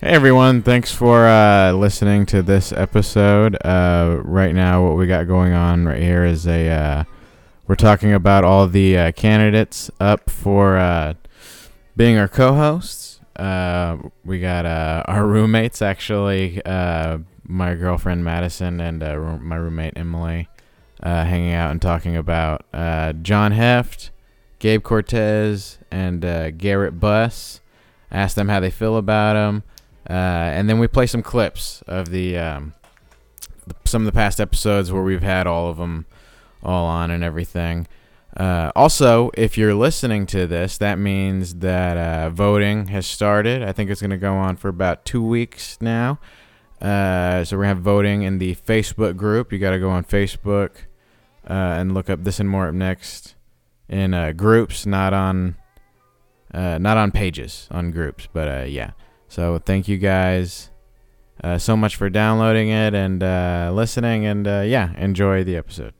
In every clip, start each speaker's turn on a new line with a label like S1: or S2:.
S1: Hey everyone, thanks for uh, listening to this episode. Uh, right now, what we got going on right here is a uh, we're talking about all the uh, candidates up for uh, being our co-hosts. Uh, we got uh, our roommates actually, uh, my girlfriend Madison and uh, roo- my roommate Emily, uh, hanging out and talking about uh, John Heft, Gabe Cortez, and uh, Garrett Buss. I asked them how they feel about him. Uh, and then we play some clips of the, um, the some of the past episodes where we've had all of them all on and everything. Uh, also, if you're listening to this, that means that uh, voting has started. I think it's going to go on for about two weeks now. Uh, so we're gonna have voting in the Facebook group. You got to go on Facebook uh, and look up this and more up next in uh, groups, not on uh, not on pages, on groups. But uh, yeah, so thank you guys uh, so much for downloading it and uh, listening, and uh, yeah, enjoy the episode.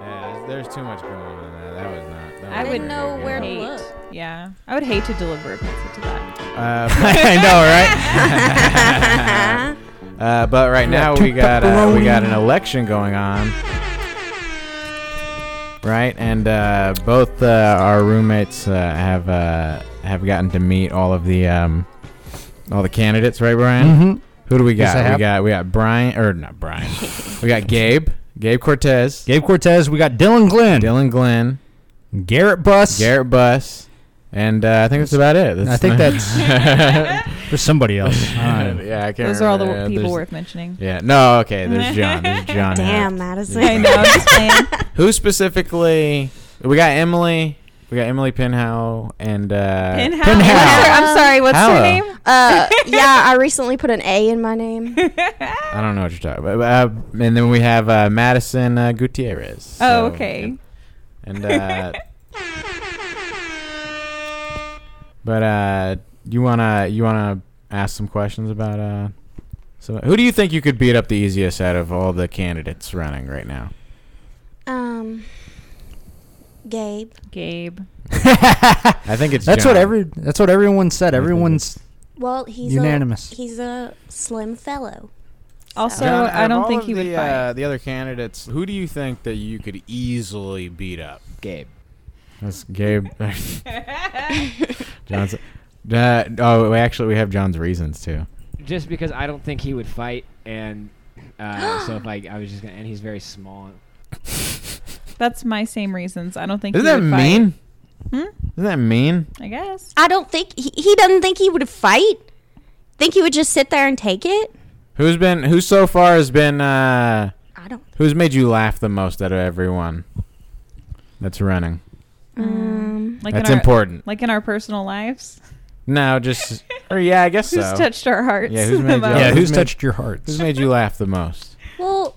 S1: Yeah, there's too much going on. There. That was not. That
S2: I
S1: was
S2: didn't
S1: very
S3: know
S1: good.
S3: where to
S2: hate.
S3: look.
S2: Yeah, I would hate to deliver a pizza to that.
S1: Uh, I know, right? uh, but right now we got uh, we got an election going on, right? And uh, both uh, our roommates uh, have uh, have gotten to meet all of the um, all the candidates, right, Brian?
S4: Mm-hmm.
S1: Who do we
S4: Yes,
S1: got?
S4: I
S1: we
S4: have.
S1: got we got Brian or not Brian. we got Gabe, Gabe Cortez,
S4: Gabe Cortez. We got Dylan Glenn,
S1: Dylan Glenn,
S4: Garrett Buss.
S1: Garrett Buss, and uh, I think that's about it.
S4: I think that's there's somebody else. Uh,
S1: yeah, I can't.
S2: Those are all the
S1: remember.
S2: wo- people
S1: There's-
S2: worth mentioning.
S1: Yeah. No. Okay. There's John. There's John.
S3: Damn,
S1: Heft.
S3: Madison.
S2: I know. I'm just playing.
S1: Who specifically? We got Emily. We got Emily Pinhow and uh,
S2: Pinhow.
S1: Pinhow.
S2: I'm sorry. What's
S1: Hello.
S2: her name?
S3: Uh, yeah, I recently put an A in my name.
S2: Oh,
S1: I don't know what you're talking about. Uh, and then we have uh, Madison uh, Gutierrez.
S2: Oh,
S1: So-
S2: okay.
S1: And uh, but uh, you wanna you wanna ask some questions about uh, so who do you think you could beat up the easiest out of all the candidates running right now?
S3: Um, Gabe.
S2: Gabe.
S1: I think it's
S4: that's what
S1: John.
S4: every. That's what everyone said. Everyone's
S3: Well, he's
S4: unanimous.
S3: A, he's a slim fellow.
S2: Also,
S1: John, out
S2: I
S1: of
S2: don't
S1: all
S2: think
S1: of
S2: he would
S1: the,
S2: fight.
S1: Uh, the other candidates. Who do you think that you could easily beat up?
S4: Gabe.
S1: That's Gabe John's. Uh, oh, we actually, we have John's reasons too.
S5: just because I don't think he would fight, and uh, so if I, I was just gonna, and he's very small.
S2: That's my same reasons. I don't think.
S1: Isn't
S2: he
S1: that
S2: would fight.
S1: mean?
S2: Hmm?
S1: Isn't that mean?
S2: I guess.
S3: I don't think he, he doesn't think he would
S1: uh,
S3: fight. Think he would just sit there and take it?
S1: Who's been? Who so far has been? uh
S3: I don't.
S1: Who's made you laugh the most out of everyone? That's running.
S3: Um,
S2: Like
S1: That's
S2: in our,
S1: important.
S2: Like in our personal lives.
S1: No, just or yeah, I guess
S2: Who's
S1: so.
S2: touched our hearts?
S1: Yeah, who's
S2: the
S1: made you-
S2: most?
S4: Yeah,
S1: Oh,
S4: who's
S1: made-
S4: touched your hearts?
S1: Who's made you laugh the most?
S3: well,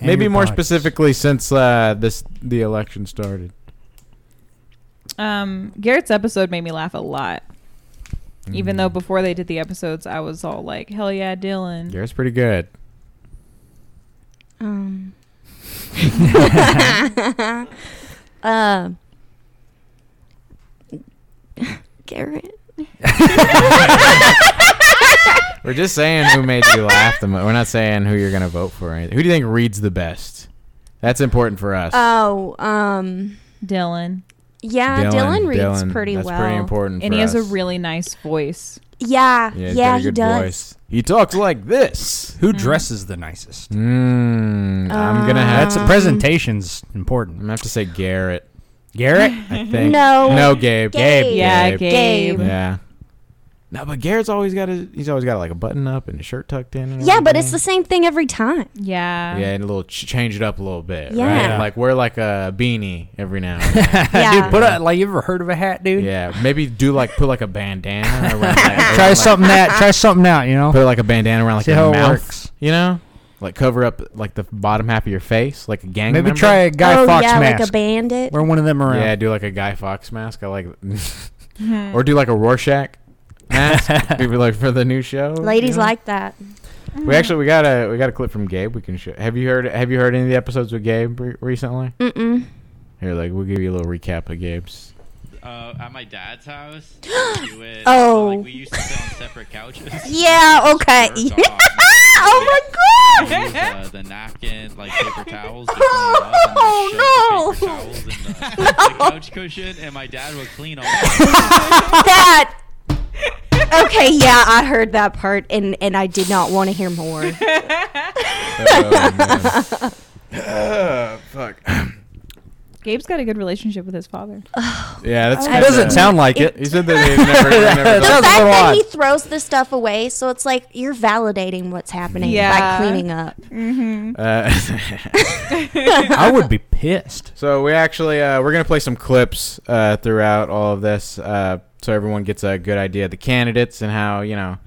S4: And
S1: Maybe
S4: your
S1: more
S4: bodies?
S1: specifically since uh, this the election started.
S2: Um, Garrett's episode made me laugh a lot.
S1: Mm.
S2: Even though before they did the episodes, I was all like, "Hell yeah, Dylan!"
S1: Yeah, it's pretty good.
S3: um. uh, Garrett.
S1: We're just saying who made you laugh the most. We're not saying who you're gonna vote for. Or anything. Who do you think reads the best? That's important for us.
S3: Oh, um,
S2: Dylan,
S3: yeah, Dylan, reads pretty
S1: that's
S3: well.
S1: pretty important.
S2: and
S1: for
S2: he has a
S1: us.
S2: really nice voice.
S3: Yeah, yeah,
S1: yeah, he's got a
S3: he
S1: good
S3: does. Mm.
S1: Voice. He talks like this.
S4: Who dresses the nicest?
S1: Mm, I'm
S3: Uh,
S1: gonna have
S4: That's the presentation's important.
S1: I'm gonna have to say Garrett.
S4: Garrett.
S1: I think.
S3: No.
S1: No, Gabe.
S3: Gabe.
S2: Yeah,
S1: Gabe.
S2: Gabe.
S1: Yeah. No, but Garrett's always got his. He's always got like a button up and a shirt tucked in. and
S3: Yeah, but it's the
S1: everything.
S3: same thing every time.
S2: Yeah.
S1: Yeah, and a little ch- change it up a little bit.
S3: Yeah.
S1: Right?
S4: Yeah.
S1: Like wear like a beanie every now. And then.
S3: Yeah.
S4: dude, put a like. You ever heard of a hat, dude?
S1: Yeah, maybe do like put like a bandana around. Like,
S4: Try something that. Try something out. You know.
S1: Put like a bandana around like
S4: See
S1: your
S4: how it
S1: mouth.
S4: works.
S1: You know, like cover up like the bottom half of your face, like a gang.
S4: Maybe
S1: member.
S4: try a Guy
S3: oh
S4: Fox
S3: yeah,
S4: mask.
S3: like a bandit.
S4: Wear one of them around.
S3: Mm-hmm.
S1: Yeah, do like a Guy Fox mask. I like, or do like a Rorschach. mask. People like for the new show.
S3: Ladies
S1: you know?
S3: like that.
S1: We actually we got a we got a clip from Gabe. We can show. Have you heard Have you heard any of the episodes with Gabe re- recently?
S3: Mm-mm.
S1: Here, like we'll give you a little recap of Gabe's.
S6: Uh, at my dad's house. we would-
S3: Oh.
S6: Like, we used to sit on separate couches.
S3: Yeah, okay.
S6: Shirts off.
S3: oh my
S6: We
S3: god!
S6: used, uh, the napkin, like paper towels. just
S3: Oh,
S6: clean it up, and uh, then shove the
S3: no.
S6: paper towels in the-
S3: No.
S6: the couch cushion, and my dad would clean all that.
S3: That. Okay, yeah, I heard that part, and and I did not want to hear more.
S1: fuck.
S2: Gabe's got a good relationship with his father.
S1: Yeah, that's.
S3: It
S1: kinda-
S7: doesn't sound like it.
S1: He said that they've never. they've
S3: the
S1: never done-
S3: fact
S7: Sounds a little
S3: that he
S7: odd.
S3: throws this stuff away, so it's like you're validating what's happening
S2: Yeah. Mm-hmm.
S3: by cleaning up.
S1: Uh,
S7: I would be pissed.
S1: so we actually uh, we're gonna play some clips uh, throughout all of this, uh, so everyone gets a good idea of the candidates and how you know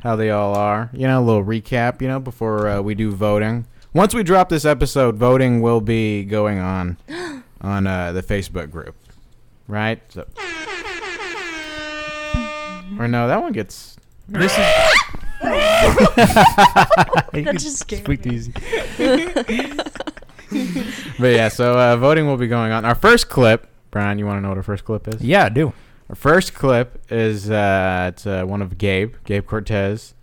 S1: how they all are. You know, a little recap. You know, before uh, we do voting. Once we drop this episode, voting will be going on on uh, the Facebook group, right? So. Or no, that one gets
S7: This is.
S3: That just scared
S7: Squeaked easy.
S1: But yeah, so uh, voting will be going on. Our first clip, Brian, you want to know what our first clip is?
S7: Yeah, I do.
S1: Our first clip is uh, it's uh, one of Gabe, Gabe Cortez,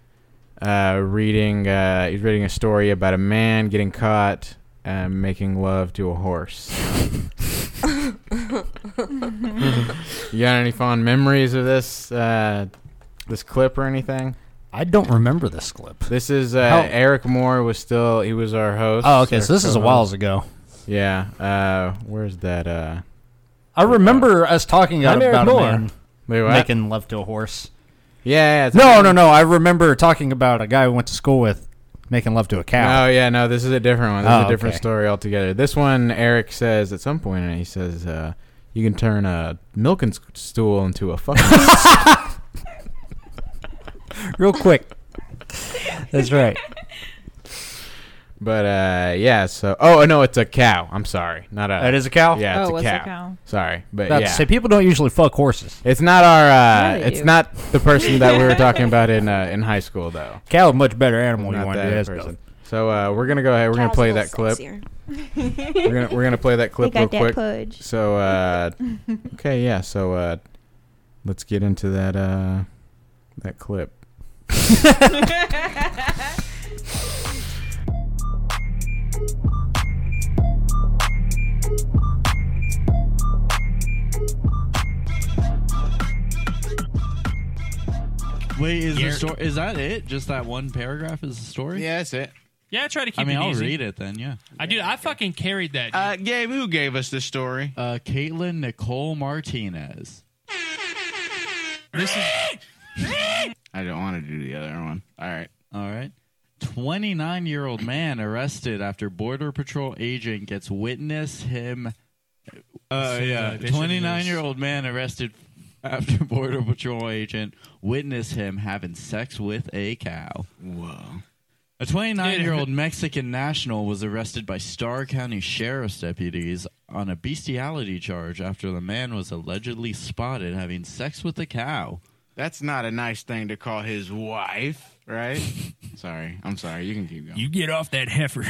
S1: uh, reading. Uh, he's reading a story about a man getting caught uh, making love to a horse. you got any fond memories of this uh, this clip or anything?
S7: I don't remember this clip.
S1: This is uh,
S7: How-
S1: Eric Moore was still he was our host.
S7: Oh, okay.
S1: our
S7: So this is a
S1: co-host.
S7: whiles ago.
S1: Yeah. Uh, where's that? Uh,
S7: I remember us talking
S8: I'm
S7: about,
S8: Eric
S7: about a
S8: Moore.
S7: man
S1: wait, what?
S7: making love to a horse.
S1: Yeah, yeah. it's-
S7: No, no, no. I remember talking about a guy we went to school with making love to a cow.
S1: No, Oh, yeah, no. This is a different one. This is
S7: Oh,
S1: a different
S7: okay.
S1: story altogether. This one, Eric says at some point, and he says, uh, "You can turn a milking s- stool into a fucking."
S7: Real quick. That's right.
S1: but uh, yeah, so oh no, it's a cow. I'm sorry, not a.
S7: That is a cow.
S1: Yeah, it's
S2: oh,
S1: a,
S2: was
S1: cow.
S2: a cow.
S1: Sorry, but
S7: About
S1: yeah,
S7: to say people don't usually fuck horses.
S1: it's not our. Uh,
S2: Yeah,
S1: it's
S2: you-
S1: not the person that we were talking about in uh, in high school though.
S7: Cow is a much better animal. you
S1: Not
S7: want to
S1: that
S7: do as
S1: person. So uh, we're gonna go ahead. We're gonna play that clip. We're gonna we're gonna play that clip real quick.
S3: pudge.
S1: So, uh, okay, yeah. So, uh, let's get into that uh, that clip.
S6: Wait, is the story? Is that it? Just that one paragraph is the story?
S1: that's it.
S9: Yeah, I try to keep
S6: I mean,
S9: it
S6: I'll
S9: easy.
S6: read it then. Yeah.
S9: I dude, I fucking carried that. dude.
S10: Uh, Gabe, who gave us the story?
S6: Uh, Caitlin Nicole Martinez.
S10: I don't want to do the other one. All right.
S6: All right. 29 year old man arrested after Border Patrol agent gets witness him. Uh, yeah. 29 year old man arrested after Border Patrol agent witness him having sex with a cow.
S10: Whoa.
S6: A 29 year old Mexican national was arrested by Starr County Sheriff's deputies on a bestiality charge after the man was allegedly spotted having sex with a cow.
S10: That's not a nice thing to call his wife, right? sorry. I'm sorry. You can keep going.
S9: You get off that heifer.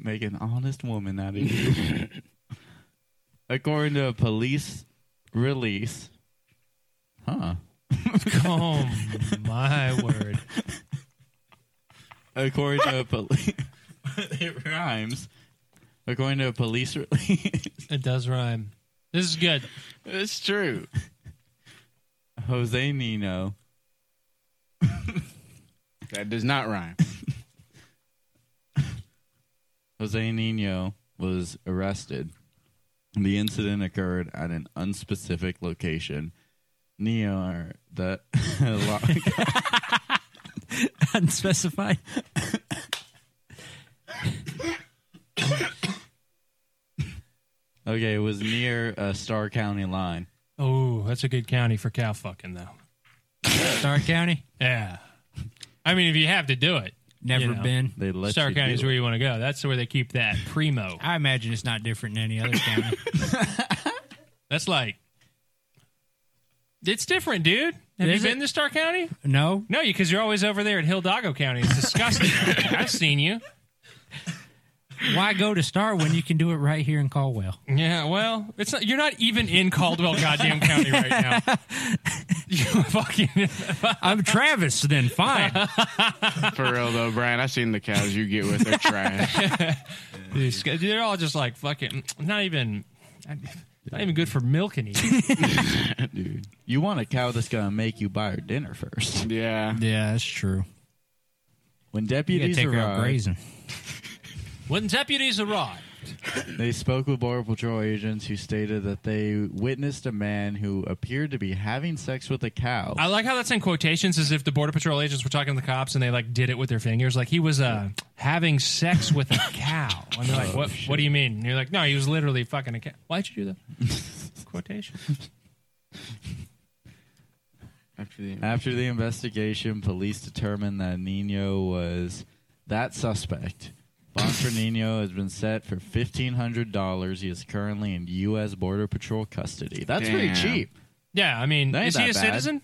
S6: Make an honest woman out of you. According to a police release. Huh.
S9: oh my word!
S6: According to a police. it rhymes. According to a police release.
S9: It does rhyme. This is good.
S10: it's true.
S6: Jose Nino.
S10: That does not rhyme.
S6: Jose Nino was arrested. The incident occurred at an unspecific location. Neo, or the
S9: Unspecified.
S6: okay, it was near uh, Star County line.
S9: Oh, that's a good county for cow fucking though. Star County. Yeah. I mean, if you have to do it,
S11: Never
S9: you know,
S11: been.
S6: They let
S9: Star
S6: you
S9: County is
S6: do
S9: where
S6: it.
S9: you want to go. That's where they keep that primo.
S11: I imagine it's not different than any other county.
S9: That's like It's different, dude. Have
S7: Is
S9: you
S7: it?
S9: been to Star County?
S7: No,
S9: No, because you're always over there at Hildago County. It's disgusting. I've seen you.
S7: why go to Star when you can do it right here in Caldwell?
S9: Yeah, well, it's not, you're not even in Caldwell, goddamn county right now. You fucking
S7: I'm Travis, then fine.
S1: For real though, Brian, I seen the cows you get with. They're trash.
S9: These guys- they're all just like fucking not even not even good for milking either.
S6: dude. You want a cow that's gonna make you buy her dinner first.
S1: yeah.
S7: yeah, that's true.
S6: When
S7: You gotta
S6: deputies
S7: take her out
S6: arrived,
S7: grazing.
S9: when deputies arrived.
S6: they spoke with border patrol agents who stated that they witnessed a man who appeared to be having sex with a cow.
S9: I like how that's in quotations as if the border patrol agents were talking to the cops and they like did it with their fingers. Like he was uh having sex with a cow. And they're
S1: Oh,
S9: like, What what do you mean? And you're like, No, he was literally fucking a cow. Why'd you do that? Quotation.
S1: After the-
S6: After the investigation, police determined that Nino was that suspect. Bond for Nino has been set for fifteen hundred dollars. He is currently in U.S. Border Patrol custody. That's pretty
S1: Damn.
S6: cheap.
S9: Yeah, I mean
S6: That ain't
S9: is he
S6: that
S9: a
S6: bad.
S9: citizen?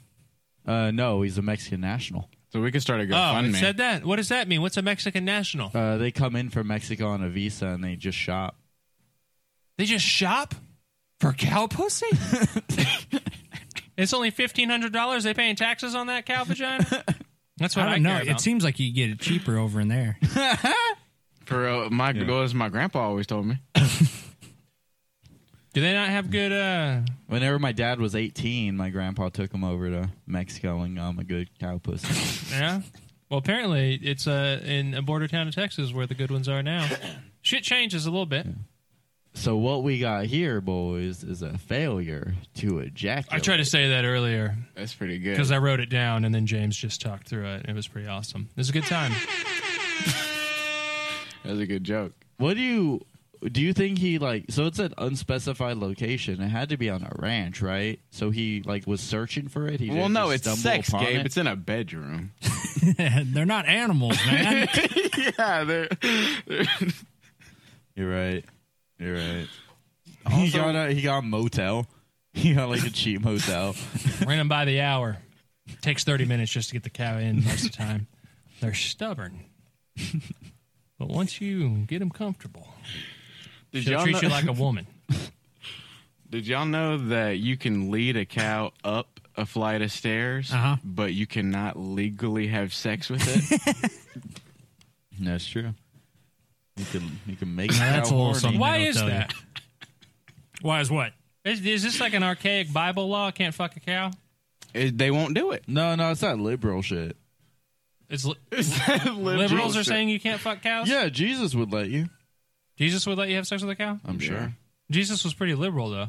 S6: Uh, no, he's a Mexican national.
S1: So we could start
S9: Oh,
S1: a
S9: it
S1: GoFundMe.
S9: said that. What does that mean? What's a Mexican national?
S6: Uh, they come in from Mexico on a visa and they just shop.
S9: They just shop for cow pussy. it's only fifteen hundred dollars. They paying taxes on that cow vagina. That's what
S7: I
S9: I,
S7: don't know.
S9: care
S7: It
S9: about.
S7: seems like you get it cheaper over in there.
S1: For real, my well, as my grandpa always told me.
S9: Do they not have good? uh
S6: Whenever my dad was eighteen, my grandpa took him over to Mexico and got him a good cow pussy.
S9: Yeah. Well, apparently it's uh in a border town of Texas where the good ones are now. Shit changes a little bit.
S6: so what we got here, boys, is a failure to
S9: I
S6: ejaculate.
S9: tried to say that earlier
S1: That's pretty good.
S9: because I wrote it down and then James just talked through it. It was pretty awesome. It was a good time.
S1: That was a good joke.
S6: What do you do? You think he like? So it's an unspecified location. It had to be on a ranch, right? So he like was searching for it. He
S1: well,
S6: didn't
S1: no,
S6: just
S1: it's
S6: stumble
S1: sex,
S6: upon
S1: Gabe.
S6: it?
S1: It's in a bedroom.
S7: They're not animals, man.
S1: yeah, they're, they're-
S6: You're right. You're right. he got a he got a motel. He got like a cheap motel.
S9: Ran them by the hour. Takes thirty minutes just to get the cow in most of the time. They're stubborn. But once you get them comfortable,
S1: Did
S9: She'll
S1: y'all
S9: treat
S1: know,
S9: you like a woman.
S1: Did y'all know that you can lead a cow up a flight of stairs,
S7: Uh-huh.
S1: but you cannot legally have sex with it?
S6: That's true. You can you can make
S7: Now, that's a little
S6: horny.
S7: something.
S9: Why
S7: I'll
S9: is
S7: tell you.
S9: that? Why is what? Is, is this like an archaic Bible law? Can't fuck a cow?
S1: It- they won't do it.
S6: No, no, it's that liberal shit.
S9: It's li- liberals are saying you can't fuck cows.
S6: Yeah, Jesus would let you.
S9: Jesus would let you have sex with a cow.
S6: I'm sure.
S9: Jesus was pretty liberal though.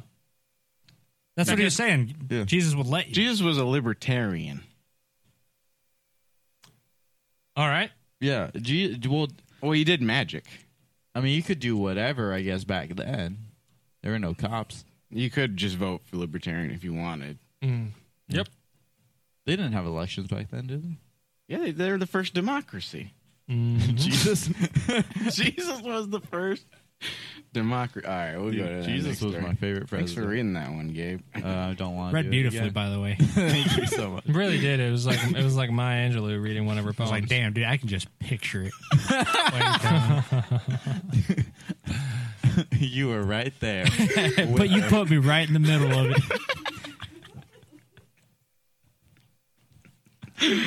S7: That's what he was saying.
S6: Yeah.
S7: Jesus would let you.
S1: Jesus was a libertarian.
S9: All right.
S1: Uh,
S6: Yeah, Je- well,
S1: Well, he did magic.
S6: I mean, you could do whatever, I guess. Back then, there were no cops.
S1: You could just vote for libertarian if you wanted.
S9: Mm. Yep.
S6: They didn't have elections back then, did they?
S1: Yeah, they- they're the first democracy.
S9: Mm.
S6: Mm-hmm. Jesus,
S1: Jesus was the first democracy. All right, we'll go to that
S6: Jesus
S1: next
S6: was
S1: story.
S6: my favorite
S1: Thanks for
S6: president.
S1: reading that one, Gabe.
S6: uh, I don't want
S7: Read beautifully, by the way.
S6: Thank you so much.
S9: Really did. It was like it was like Maya Angelou reading one of her
S7: I was
S9: poems.
S7: like, damn, dude, I can just picture it.
S6: you were right there.
S7: but you put me right in the middle of it.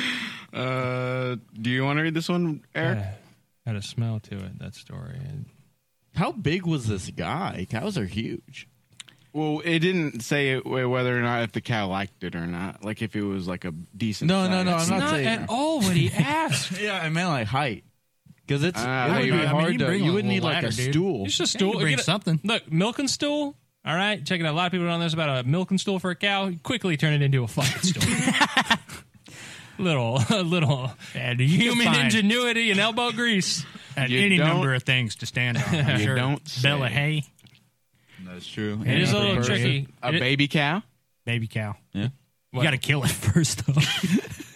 S1: Uh, do you want to read this one, Eric?
S9: Yeah. Had a smell to it. That story.
S6: How big was this guy? Cows are huge.
S1: Well, it didn't say it, whether or not if the cow liked it or not. Like if it was like a decent.
S6: No, no, no,
S1: size.
S6: I'm not saying-
S9: at all what he asked.
S6: Yeah, I meant like height. Because it's
S1: Ah,
S6: it
S1: I
S6: would be
S1: mean,
S6: hard
S7: you
S6: to.
S7: bring
S6: You
S7: a
S6: would need
S7: little
S6: like a
S7: ladder, dude.
S6: stool.
S9: It's just a
S7: Yeah, you
S9: stool.
S7: bring
S9: Get a-
S7: something.
S9: Look, milking stool. All right, check it out. A lot of people don't know this about a milking stool for a cow. You quickly turn it into a fucking stool. little, little
S7: And you
S9: human
S7: find
S9: ingenuity and elbow grease.
S7: had
S1: You
S7: any
S1: don't-
S7: number of things to stand on. I'm
S1: You
S7: sure.
S1: don't
S7: Bella
S1: say.
S7: hay,
S6: That's true.
S9: It is a little tricky.
S1: A
S9: It-
S1: baby cow.
S7: baby cow.
S6: Yeah.
S7: You got to kill it first, though.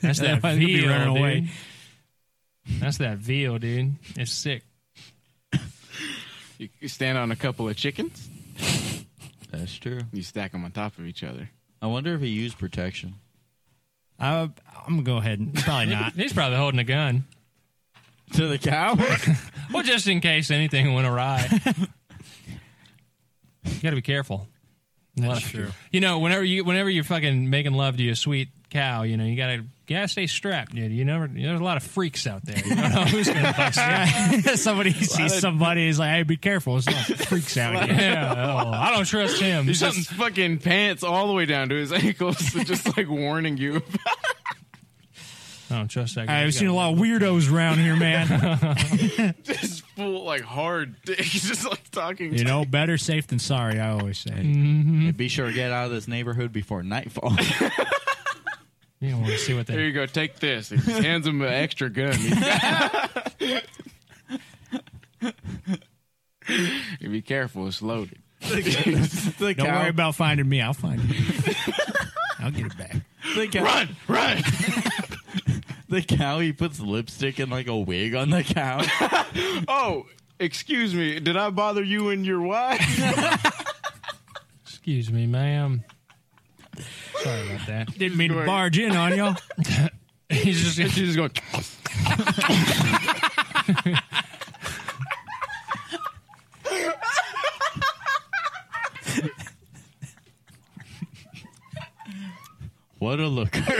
S9: That's that
S7: Otherwise it'll be
S9: veal,
S7: running
S9: dude.
S7: away.
S9: That's that veal, dude. It's sick.
S1: You stand on a couple of chickens.
S6: That's true.
S1: You stack them on top of each other.
S6: I wonder if he used protection.
S12: I, I'm gonna go ahead and probably not.
S9: He's probably holding a gun.
S6: To the cow?
S9: Well, just in case anything went awry. you got to be careful.
S12: That's true.
S9: You know, whenever you whenever you're fucking making love to your sweet cow, you know you gotta you gotta stay strapped, dude. You never there's a lot of freaks out there. You don't know who's gonna fuck you.
S12: somebody sees somebody is like, "Hey, be careful!" It's not freaks out here.
S9: Yeah, oh, I don't trust him.
S1: He's
S9: Something-
S1: just fucking pants all the way down to his ankles, just like warning you.
S9: I don't trust that guy.
S12: I've seen a lot of weirdos around here, man.
S1: Just full like hard dick, just like talking.
S12: you know, better safe than sorry. I always say. Mm-hmm.
S6: Hey, be sure to get out of this neighborhood before nightfall.
S9: You don't want to see what
S1: Here
S9: they.
S1: you go, take this. He just hands him an extra gun. You be careful, it's loaded.
S6: the
S12: Don't
S6: cow.
S12: worry about finding me. I'll find you. I'll get it back.
S6: the cow.
S1: Run, run!
S6: The cow. He puts lipstick and like a wig on the cow.
S1: Oh, excuse me, did I bother you and your wife?
S9: Excuse me, ma'am. Sorry about that.
S12: Didn't mean to barge in on y'all.
S9: He's just
S1: She's just going.
S6: What a looker!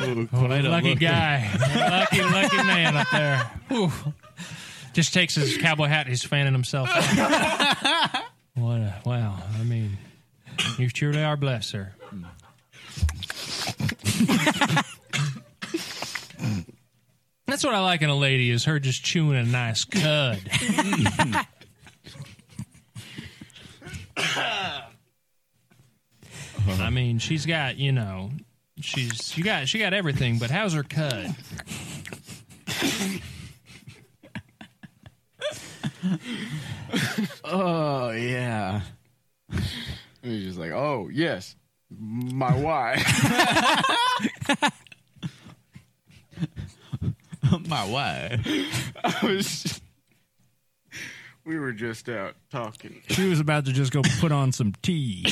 S6: Ooh,
S12: Oh,
S6: quite a
S9: lucky
S6: looker.
S9: guy, lucky lucky man up there. Whew. Just takes his cowboy hat. He's fanning himself. out. what a wow! I mean, you surely are blessed, sir. That's what I like in a lady is her just chewing a nice cud. I mean, she's got you know, she's she got she got everything, but how's her cud?
S6: Oh yeah.
S1: And he's just like, oh yes, my wife.
S6: My wife.
S1: I was just- we were just out talking.
S12: She was about to just go put on some tea.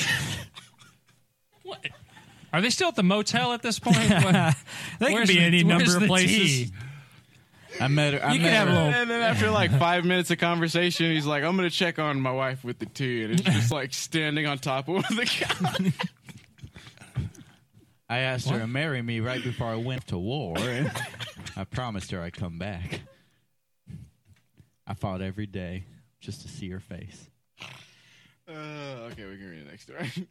S9: What? Are they still at the motel at this point? What-
S12: They could
S9: Where's
S12: be
S9: the-
S12: any number
S9: where's
S12: of
S9: the
S12: places.
S9: tea?
S6: I met her. I
S12: You
S6: met
S12: can have
S6: her.
S12: a little.
S1: And then after like five minutes of conversation, he's like, I'm gonna check on my wife with the tea, and it's just like standing on top of the couch.
S6: I asked her to marry me right before I went to war. and I promised her I'd come back. I fought every day just to see her face.
S1: Uh, okay, we can read the next story.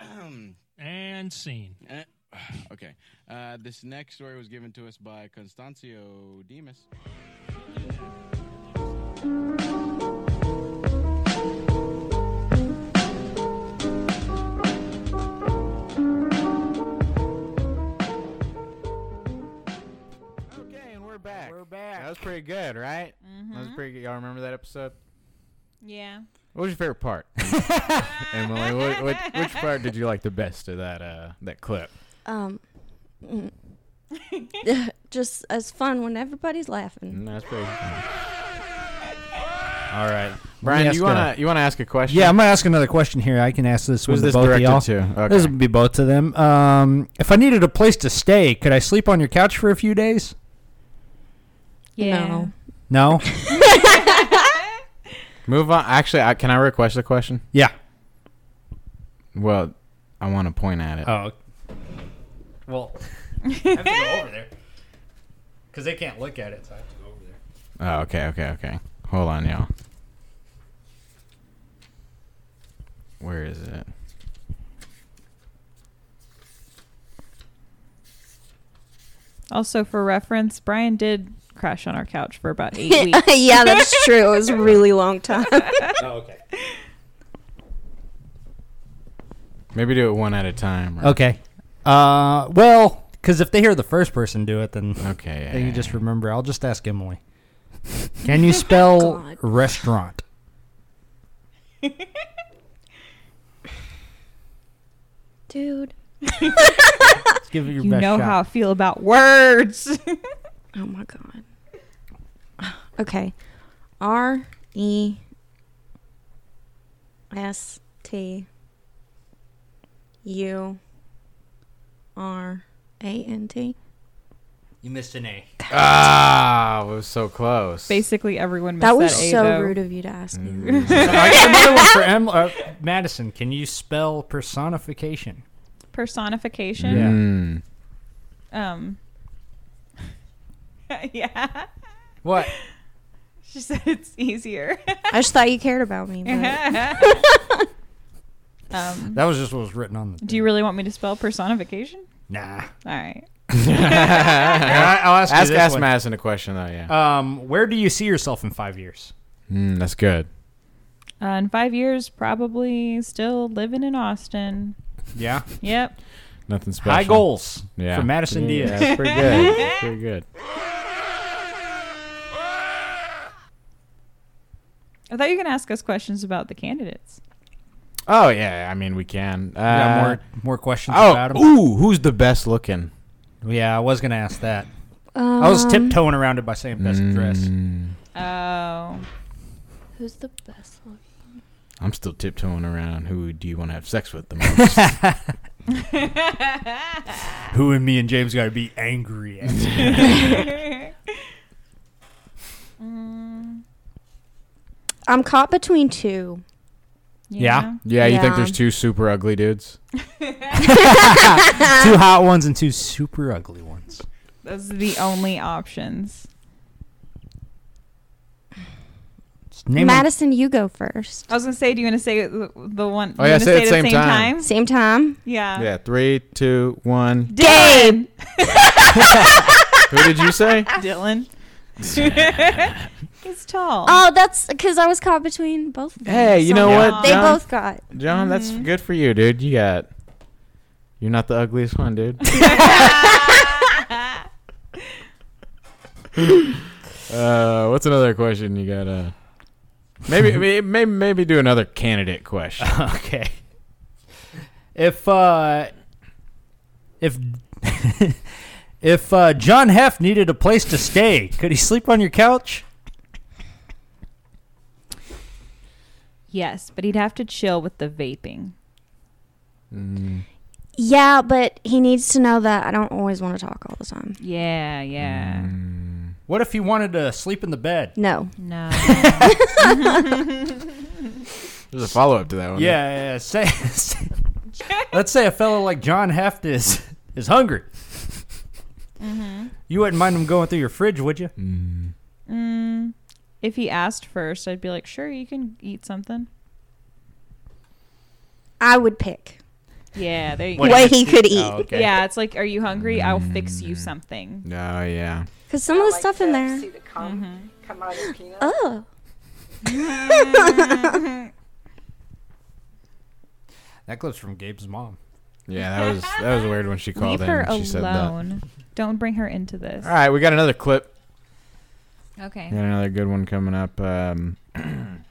S1: Um,
S9: And scene.
S1: eh, okay, uh, this next story was given to us by Constancio Demas.
S13: Okay, and we're back. We're back. Mm-hmm. That was pretty good, right? That was pretty good. Y'all remember that episode?
S2: Yeah.
S13: What was your favorite part, Emily? What, what, which part did you like the best of that uh, that clip?
S3: Um, mm. just as fun when everybody's laughing.
S13: Mm, That's pretty. All right, Brian,
S7: Yes,
S13: you
S7: go.
S13: wanna you wanna ask a question?
S7: Yeah, I'm gonna ask another question here. I can ask this
S13: Who's
S7: one
S13: this
S7: to both of
S13: directed
S7: y'all.
S13: to? Okay.
S7: This would be both of them. Um, if I needed a place to stay, could I sleep on your couch for a few days?
S2: Yeah.
S3: No.
S7: No.
S13: Move on. Actually, I, can I request a question?
S7: yeah.
S13: Well, I want to point at it.
S7: Oh. Well, I have to go over there because they can't look at it, so I have to go over there.
S13: Oh, okay, okay, okay. Hold on, y'all. Where is it?
S2: Also, for reference, Brian did crash on our couch for about eight weeks.
S3: yeah, that's true. It was a really long time.
S7: Oh, okay.
S13: Maybe do it one at a time.
S1: Oh,
S13: or-
S7: Okay. Uh, well, because if they hear the first person do it, then
S13: Okay.
S7: then you just remember. I'll just ask Emily. Can you spell
S3: God.
S7: restaurant?
S3: Dude.
S7: Let's give it your
S2: you
S7: best
S2: know
S7: shot.
S2: how I feel about words.
S3: Oh my god. Okay. R E S T U R A N T.
S14: You missed an A.
S1: Ah, it was so close.
S2: Basically, everyone missed
S3: That was
S2: A,
S3: so
S2: though.
S3: rude of you to ask me.
S7: Mm. I got another one for Em- uh, Madison. Can you spell personification?
S2: Personification.
S1: Mm.
S2: Um. yeah.
S7: What?
S2: She said it's easier.
S3: I just thought you cared about me. But
S2: um,
S7: That was just what was written on the.
S2: do you really want me to spell personification?
S7: nah.
S2: All right.
S7: I, I'll ask,
S1: Ask
S7: you this
S1: ask
S7: one.
S1: Madison a question though. Yeah,
S7: Um, where do you see yourself in five years?
S1: mm, that's good.
S2: Uh, in five years, probably still living in Austin.
S7: Yeah.
S2: Yep.
S1: Nothing special.
S7: High goals
S1: Yeah.
S7: for Madison
S1: yeah,
S7: Diaz.
S1: That's pretty good. That's pretty good.
S2: I thought you were gonna ask us questions about the candidates.
S1: Oh yeah, I mean we can. Uh,
S7: You got more more questions about him.
S1: oh, ooh, who's the best looking?
S7: Yeah, I was gonna ask that.
S3: um,
S7: I was tiptoeing around it by saying best dress.
S1: Mm,
S2: Oh,
S3: Who's the best looking?
S1: I'm still tiptoeing around. Who do you want to have sex with the most?
S7: Who and me and James gotta be angry at?
S2: Mm.
S3: I'm caught between two.
S7: Yeah.
S1: yeah, you think
S3: Yeah.
S1: there's two super ugly dudes?
S7: two hot ones and two super ugly ones.
S2: Those are the only options.
S7: Just name 'em.
S3: Madison, you go first.
S2: I was gonna say, do you want to say the the one?
S1: Oh,
S2: you
S1: yeah,
S2: wanna
S1: say it at the same time.
S3: Same time.
S2: Yeah.
S1: yeah, three, two, one.
S2: Dylan.
S1: Who did you say?
S2: Dylan. He's tall.
S3: Oh, that's because I was caught between both. Of them.
S1: Hey, you know
S2: Yeah.
S1: what?
S3: They
S1: John,
S3: both got.
S1: John, that's
S2: Mm-hmm.
S1: good for you, dude. You got. You're not the ugliest one, dude. uh, what's another question you got? Uh, maybe, may- maybe, maybe do another candidate question.
S7: okay. If uh, if if uh, John Heff needed a place to stay, could he sleep on your couch?
S2: Yes, but he'd have to chill with the vaping.
S1: Mm.
S3: Yeah, but he needs to know that I don't always want to talk all the time.
S2: Yeah, yeah.
S7: Mm. What if he wanted to sleep in the bed?
S3: No.
S2: No.
S1: There's a follow up to that one.
S7: Yeah, yeah, yeah. Say, say- let's say a fellow like John Heft is is hungry.
S2: Mm-hmm.
S7: You wouldn't mind him going through your fridge, would you?
S2: mm, if he asked first, I'd be like, sure, you can eat something.
S3: I would pick
S2: Yeah, there you
S3: what,
S2: go.
S3: he could eat.
S2: Yeah, it's like, are you hungry? I'll fix you something.
S1: Oh yeah.
S3: Because some of the stuff in there. Mm-hmm. Oh.
S7: That clip's from Gabe's mom.
S1: Yeah, that was that was weird when she called
S2: Leave
S1: in.
S2: her
S1: and she said that. All
S2: alone. Don't bring her into this.
S1: right, we got another clip.
S2: Okay.
S1: Got another good one coming up. Um,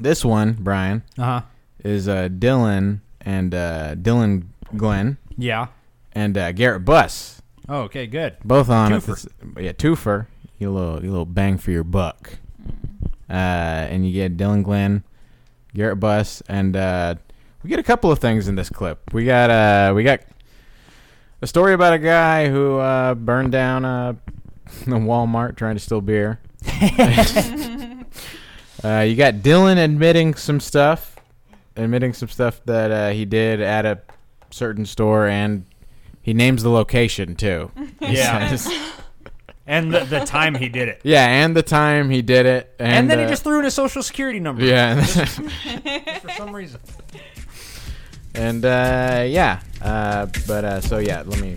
S1: this one, Brian,
S7: Uh huh.
S1: is uh, Dylan and uh, Dylan Glenn
S7: Yeah.
S1: and uh, Garrett Buss,
S7: Oh, okay, good.
S1: both on at
S7: Twofer.
S1: this- yeah, twofer. You little you little bang for your buck. Uh, and you get Dylan Glenn, Garrett Buss, and uh, we get a couple of things in this clip. We got uh, we got a story about a guy who uh, burned down a, a Walmart trying to steal beer. Uh, you got Dylan admitting some stuff, admitting some stuff that uh, he did at a certain store, and he names the location too.
S7: Yeah.
S1: Says-
S7: and the, the time he did it.
S1: yeah, and the time he did it, and,
S7: And, then he
S1: uh,
S7: just threw in a social security number.
S1: yeah,
S7: For some reason.
S1: and uh, yeah, uh, but uh, so yeah, let me.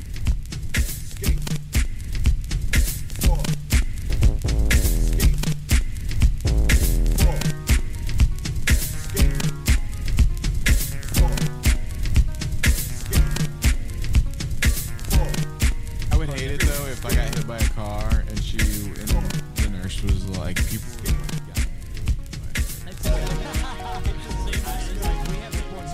S15: I would hate it though if I got hit by a car and she and the nurse was like, people.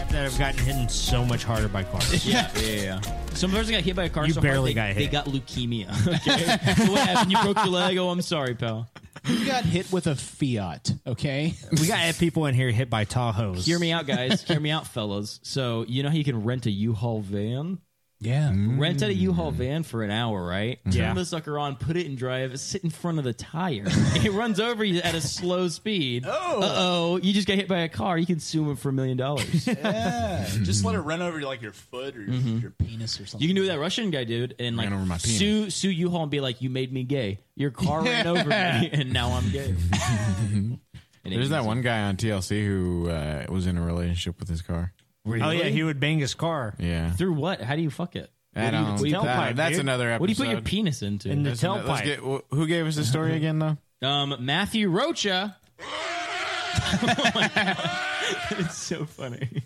S7: That have gotten hidden so much harder by cars.
S12: Yeah.
S15: Yeah.
S12: Some person got hit by a car.
S7: You
S12: so hard
S7: barely
S12: they,
S7: got hit.
S12: They got leukemia. Okay. so what happened? You broke your leg. Oh, I'm sorry, pal.
S16: We got hit with a Fiat, okay?
S7: We got people in here hit by Tahoes.
S12: Hear me out, guys. Hear me out, fellas. So you know how you can rent a U-Haul van?
S7: Yeah.
S1: Mm.
S12: Rent out a U-Haul van for an hour, right?
S7: Yeah.
S12: Turn the sucker on, put it in drive, sit in front of the tire. it runs over you at a slow speed. Oh. Uh-oh. You just got hit by a car. You can sue him for a million dollars.
S16: Yeah. Just let it run over like your foot or your-
S12: Mhm.
S16: your penis or something.
S12: You can do that Russian guy, dude, and like
S16: penis.
S12: sue sue U-Haul and be like, "You made me gay. Your car ran over me, and now I'm gay."
S1: There's that one guy on TLC who uh, was in a relationship with his car.
S7: Oh yeah, he would bang his car.
S1: Yeah.
S12: Through what? How do you fuck it?
S1: I don't-
S12: what do you-
S1: that- that's another episode.
S12: What do you put your penis into?
S1: In the That's another- let's tailpipe. get- wh- who gave us the story again, though?
S12: Um, Matthew Rocha. Oh my God. it's so funny.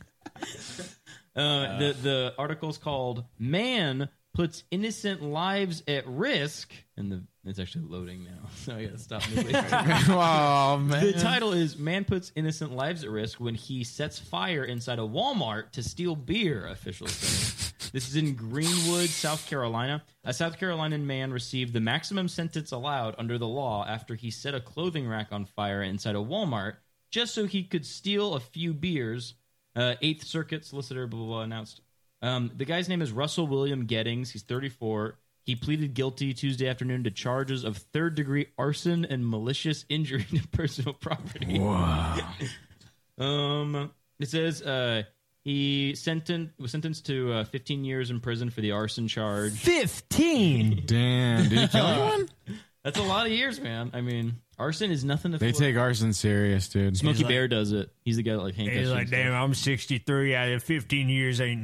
S12: Uh, the the article's called "Man Puts Innocent Lives at Risk," and the it's actually loading now,
S5: Oh,
S12: so I gotta stop. midway through. Oh,
S1: Aw, man.
S12: The title is "Man Puts Innocent Lives at Risk When He Sets Fire Inside a Walmart to Steal Beer." Officials say this is in Greenwood, South Carolina. A South Carolinian man received the maximum sentence allowed under the law after he set a clothing rack on fire inside a Walmart just so he could steal a few beers. Uh, Eighth Circuit solicitor, blah, blah, blah, announced. Um, the guy's name is Russell William Gettings. He's 34. He pleaded guilty Tuesday afternoon to charges of third degree arson and malicious injury to personal property.
S17: Wow.
S12: um, it says uh, he sentenced was sentenced to uh, 15 years in prison for the arson charge.
S7: 15.
S1: Damn, did he kill anyone?
S12: That's a lot of years, man. I mean, arson is nothing to.
S1: They
S12: flirt
S1: take arson serious, dude.
S12: Smokey Bear does it. He's the guy that like handcuffs.
S7: He's
S12: you
S7: like,
S12: and stuff.
S7: damn, I'm 63. Out of 15 years, ain't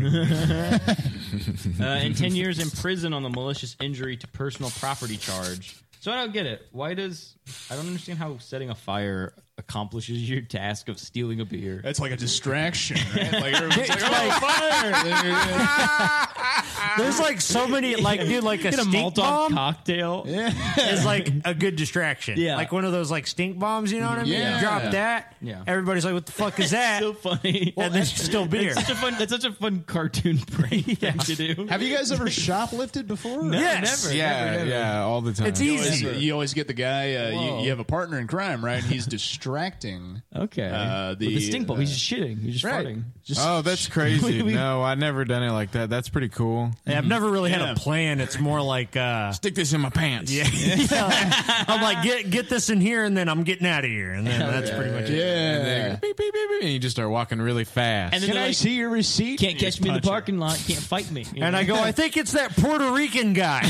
S6: Mm-hmm.
S12: uh, and 10 years in prison on the malicious injury to personal property charge. So I don't get it. Why does I don't understand how setting a fire accomplishes your task of stealing a beer?
S16: That's like a distraction, right? Like everyone's like,
S7: It's
S16: oh,
S7: like-
S16: fire! There it is.
S1: Ah.
S7: There's like so many, like, dude, like a
S12: Get a
S7: stink
S12: Molotov
S7: bomb
S12: cocktail.
S7: is like a good distraction.
S12: Yeah.
S7: like one of those like stink bombs. You know what I mean?
S12: Yeah.
S7: Drop that.
S12: Yeah.
S7: everybody's like, what the fuck is that?
S12: so funny.
S7: And then you still beer.
S12: That's such a fun. That's such a fun cartoon prank thing to do.
S16: Have you guys ever shoplifted before?
S12: No, Yes. never,
S1: Yeah,
S12: never, never.
S1: yeah, all the time. It's
S16: You always-
S1: easy.
S16: You always, get the guy. Uh,
S1: Whoa.
S16: you, you have a partner in crime, right? And he's distracting.
S12: Okay.
S16: Uh, the,
S12: With the stink bomb,
S16: uh,
S12: he's just shitting. He's just
S16: right.
S12: farting.
S16: Just-
S1: oh, that's
S16: We-
S1: crazy.
S16: we-
S1: no, I've never done it like that. That's pretty cool.
S7: Yeah, I've never really had a plan. It's more like uh,
S1: Mm-hmm. stick this in my pants.
S7: Yeah, Yeah. I'm like get get this in here, and then I'm getting out of here, and then that's pretty much it.
S1: And then beep, beep, beep, beep, and you just start walking really fast.
S12: And then Can they're I like, see
S16: your receipt?
S12: Can't catch me in the parking lot. Can't fight me. You
S7: And
S12: know?
S7: I go, I think it's that Puerto Rican guy.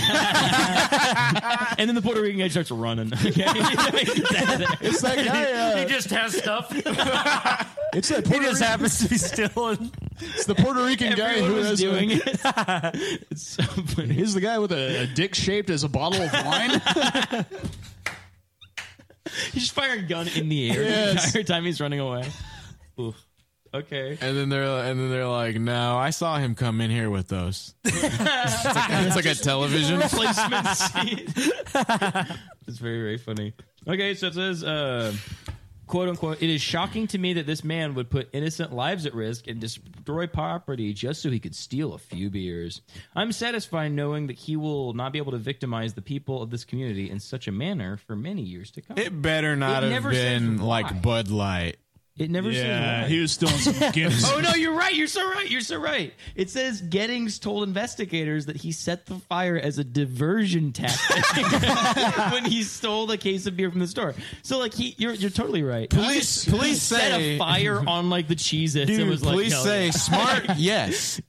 S12: and then the Puerto Rican guy starts running. it's
S16: It's that guy, uh,
S7: he just has stuff.
S16: It's that Puerto
S7: he just
S16: Rican-
S7: happens to be stealing.
S16: It's the Puerto Rican guy
S7: Everyone
S16: who
S7: was
S16: has
S7: doing
S16: a, it. He's the guy with a, a dick shaped as a bottle of wine.
S12: He's just firing a gun in the air
S1: Yes.
S12: the entire time he's running away. Oof. Okay.
S1: And then they're and then they're like, no, I saw him come in here with those. it's like, it's like a television.
S12: replacement seat. it's very very funny. Okay, so it says, uh, quote unquote, it is shocking to me that this man would put innocent lives at risk and destroy property just so he could steal a few beers. I'm satisfied knowing that he will not be able to victimize the people of this community in such a manner for many years to come.
S1: It better not
S12: It
S1: have
S12: never says
S1: been
S12: why.
S1: like Bud Light.
S12: It never says Yeah, why.
S16: he was stealing some gifts.
S12: Oh no, you're right. You're so right. You're so right. It says Gettings told investigators that he set the fire as a diversion tactic when he stole the case of beer from the store. So like he, you're you're totally right.
S1: Police-
S12: He
S1: police
S12: set
S1: say-
S12: a fire on like the cheeses.
S1: Dude,
S12: and was like,
S1: police
S12: "No,
S1: say
S12: yeah."
S1: smart. yes.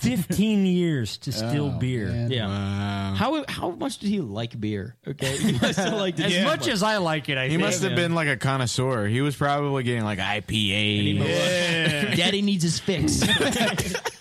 S7: 15 years to steal beer.
S12: Yeah. How how much did he like beer? Okay, he must have liked it
S7: as
S12: so
S7: much as I like it, I
S1: He
S7: think.
S1: must have been like a connoisseur. He was probably getting like IPA.
S12: Daddy needs his fix.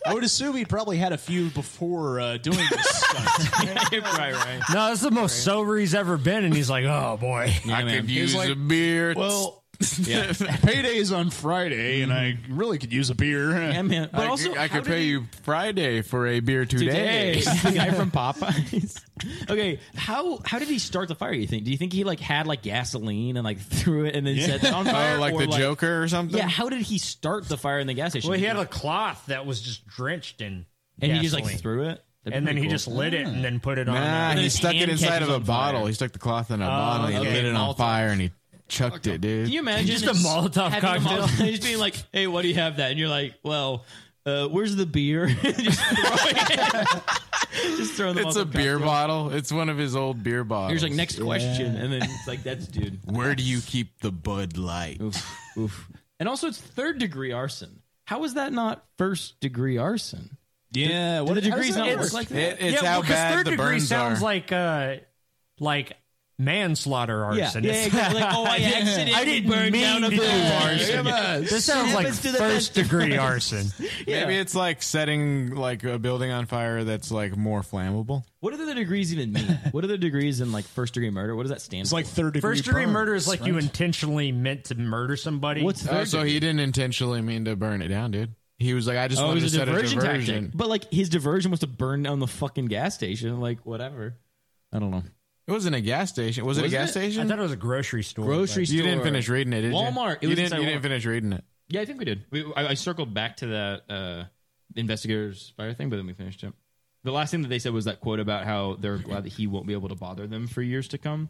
S16: I would assume he probably had a few before uh, doing this stunt.
S12: right, right.
S7: No, this is the most sober he's ever been, and he's like, "Oh boy,
S1: I could
S16: He was
S1: use
S16: like,
S1: a beer.
S16: Well,
S1: Yeah.
S16: payday's on Friday, and I really could use a beer. Yeah,
S12: man.
S1: I, could- I could pay you Friday for a beer today.
S12: today. the guy from Popeyes. Okay, how how did he start the fire? You think? Do you think he like had like gasoline and like threw it and then set that on fire?
S1: Oh, like
S12: Or,
S1: the Joker or something?
S12: Yeah. How did he start the fire in the gas station?
S7: Well, he had a cloth that was just drenched in.
S12: and he just like
S7: gasoline.
S12: threw it. That'd be
S7: and then
S12: pretty
S7: he
S12: cool.
S7: just lit it and then put it on.
S12: Nah,
S7: uh,
S12: he
S7: his
S12: stuck
S7: hand
S12: it inside
S7: catches
S12: of a
S7: on fire.
S12: bottle.
S1: He stuck the cloth in a
S7: Oh,
S1: bottle. He
S7: okay.
S1: lit it on
S7: Molotov.
S1: fire and he chucked it, dude.
S12: Can you imagine
S7: Just a
S12: it's-
S7: Molotov
S12: having a
S7: cocktail.
S12: Molotov- just being like, "Hey, what do you have that?" And you're like, "Well, uh, where's the beer?" just throwing, just throwing the
S18: It's a
S12: Molotov
S18: beer
S12: cocktail.
S18: bottle. It's one of his old beer bottles.
S12: Here's like next question, and then it's like that's dude.
S18: Where do you keep the Bud Light?
S12: And also, it's third degree arson. How is that not first degree arson?
S16: Yeah,
S12: Do
S16: what-
S12: the
S16: how does
S12: degrees
S16: that
S12: not
S16: work?
S12: work like that?
S7: yeah, well, 'cause third degree sounds like uh, like manslaughter
S12: Yeah,
S7: arson.
S12: yeah,
S7: It's-
S12: exactly. Like, oh, I accidentally
S7: I didn't
S12: burned
S7: mean
S12: down a
S7: to do
S12: building.
S7: arson.
S12: Yeah,
S7: This
S12: yeah.
S7: sounds like
S12: Happens to the
S7: first
S12: best of
S7: degree
S12: us.
S7: arson.
S12: Yeah.
S1: Maybe it's like setting like a building on fire that's like more flammable.
S12: What do the degrees even mean? what are the degrees in like first degree murder? What does that stand for? It's like third
S7: First degree murder is like you intentionally meant to murder somebody.
S12: What's
S1: Oh, so he didn't intentionally mean to burn it down, dude. He was like, I just
S12: oh, it
S1: wanted to
S12: was a
S1: set
S12: diversion,
S1: a diversion.
S12: tactic. But like his diversion was to burn down the fucking gas station. Like whatever. I don't know.
S1: It wasn't a gas station. Was it a
S12: Wasn't
S1: gas
S12: it?
S1: station?
S7: I thought it was a grocery store.
S12: Grocery
S1: You didn't
S12: store.
S1: finish reading it, did you?
S12: Walmart. It
S1: You
S12: was
S1: didn't-
S12: inside
S1: you didn't
S12: Walmart.
S1: finish reading it.
S12: Yeah, I think we did. We, I, I circled back to that uh, investigator's fire thing, but then we finished it. The last thing that they said was that quote about how they're glad that he won't be able to bother them for years to come.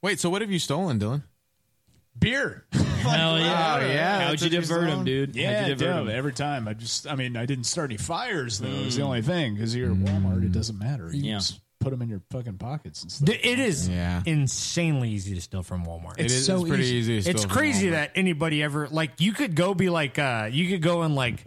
S1: Wait, so what have you stolen, Dylan?
S16: beer.
S12: Hell yeah.
S16: Wow,
S12: How'd
S16: that's
S12: you
S16: what
S12: divert
S16: he's
S12: 'em,
S16: on.
S12: dude? How'd
S16: Yeah,
S12: you divert
S16: dude,
S12: 'em? Mm.
S16: every time. I just, I mean, I didn't start any fires though. Is the only thing because you're
S12: Mm-hmm.
S16: at Walmart, it doesn't matter. You
S7: Yeah.
S16: just put them in your fucking pockets and stuff.
S7: D- It is
S1: Yeah.
S7: insanely easy to steal from Walmart.
S16: It It's is- so it's pretty easy. easy to steal
S7: it's
S16: from
S7: crazy
S16: Walmart.
S7: that anybody ever like you could go be like uh you could go and like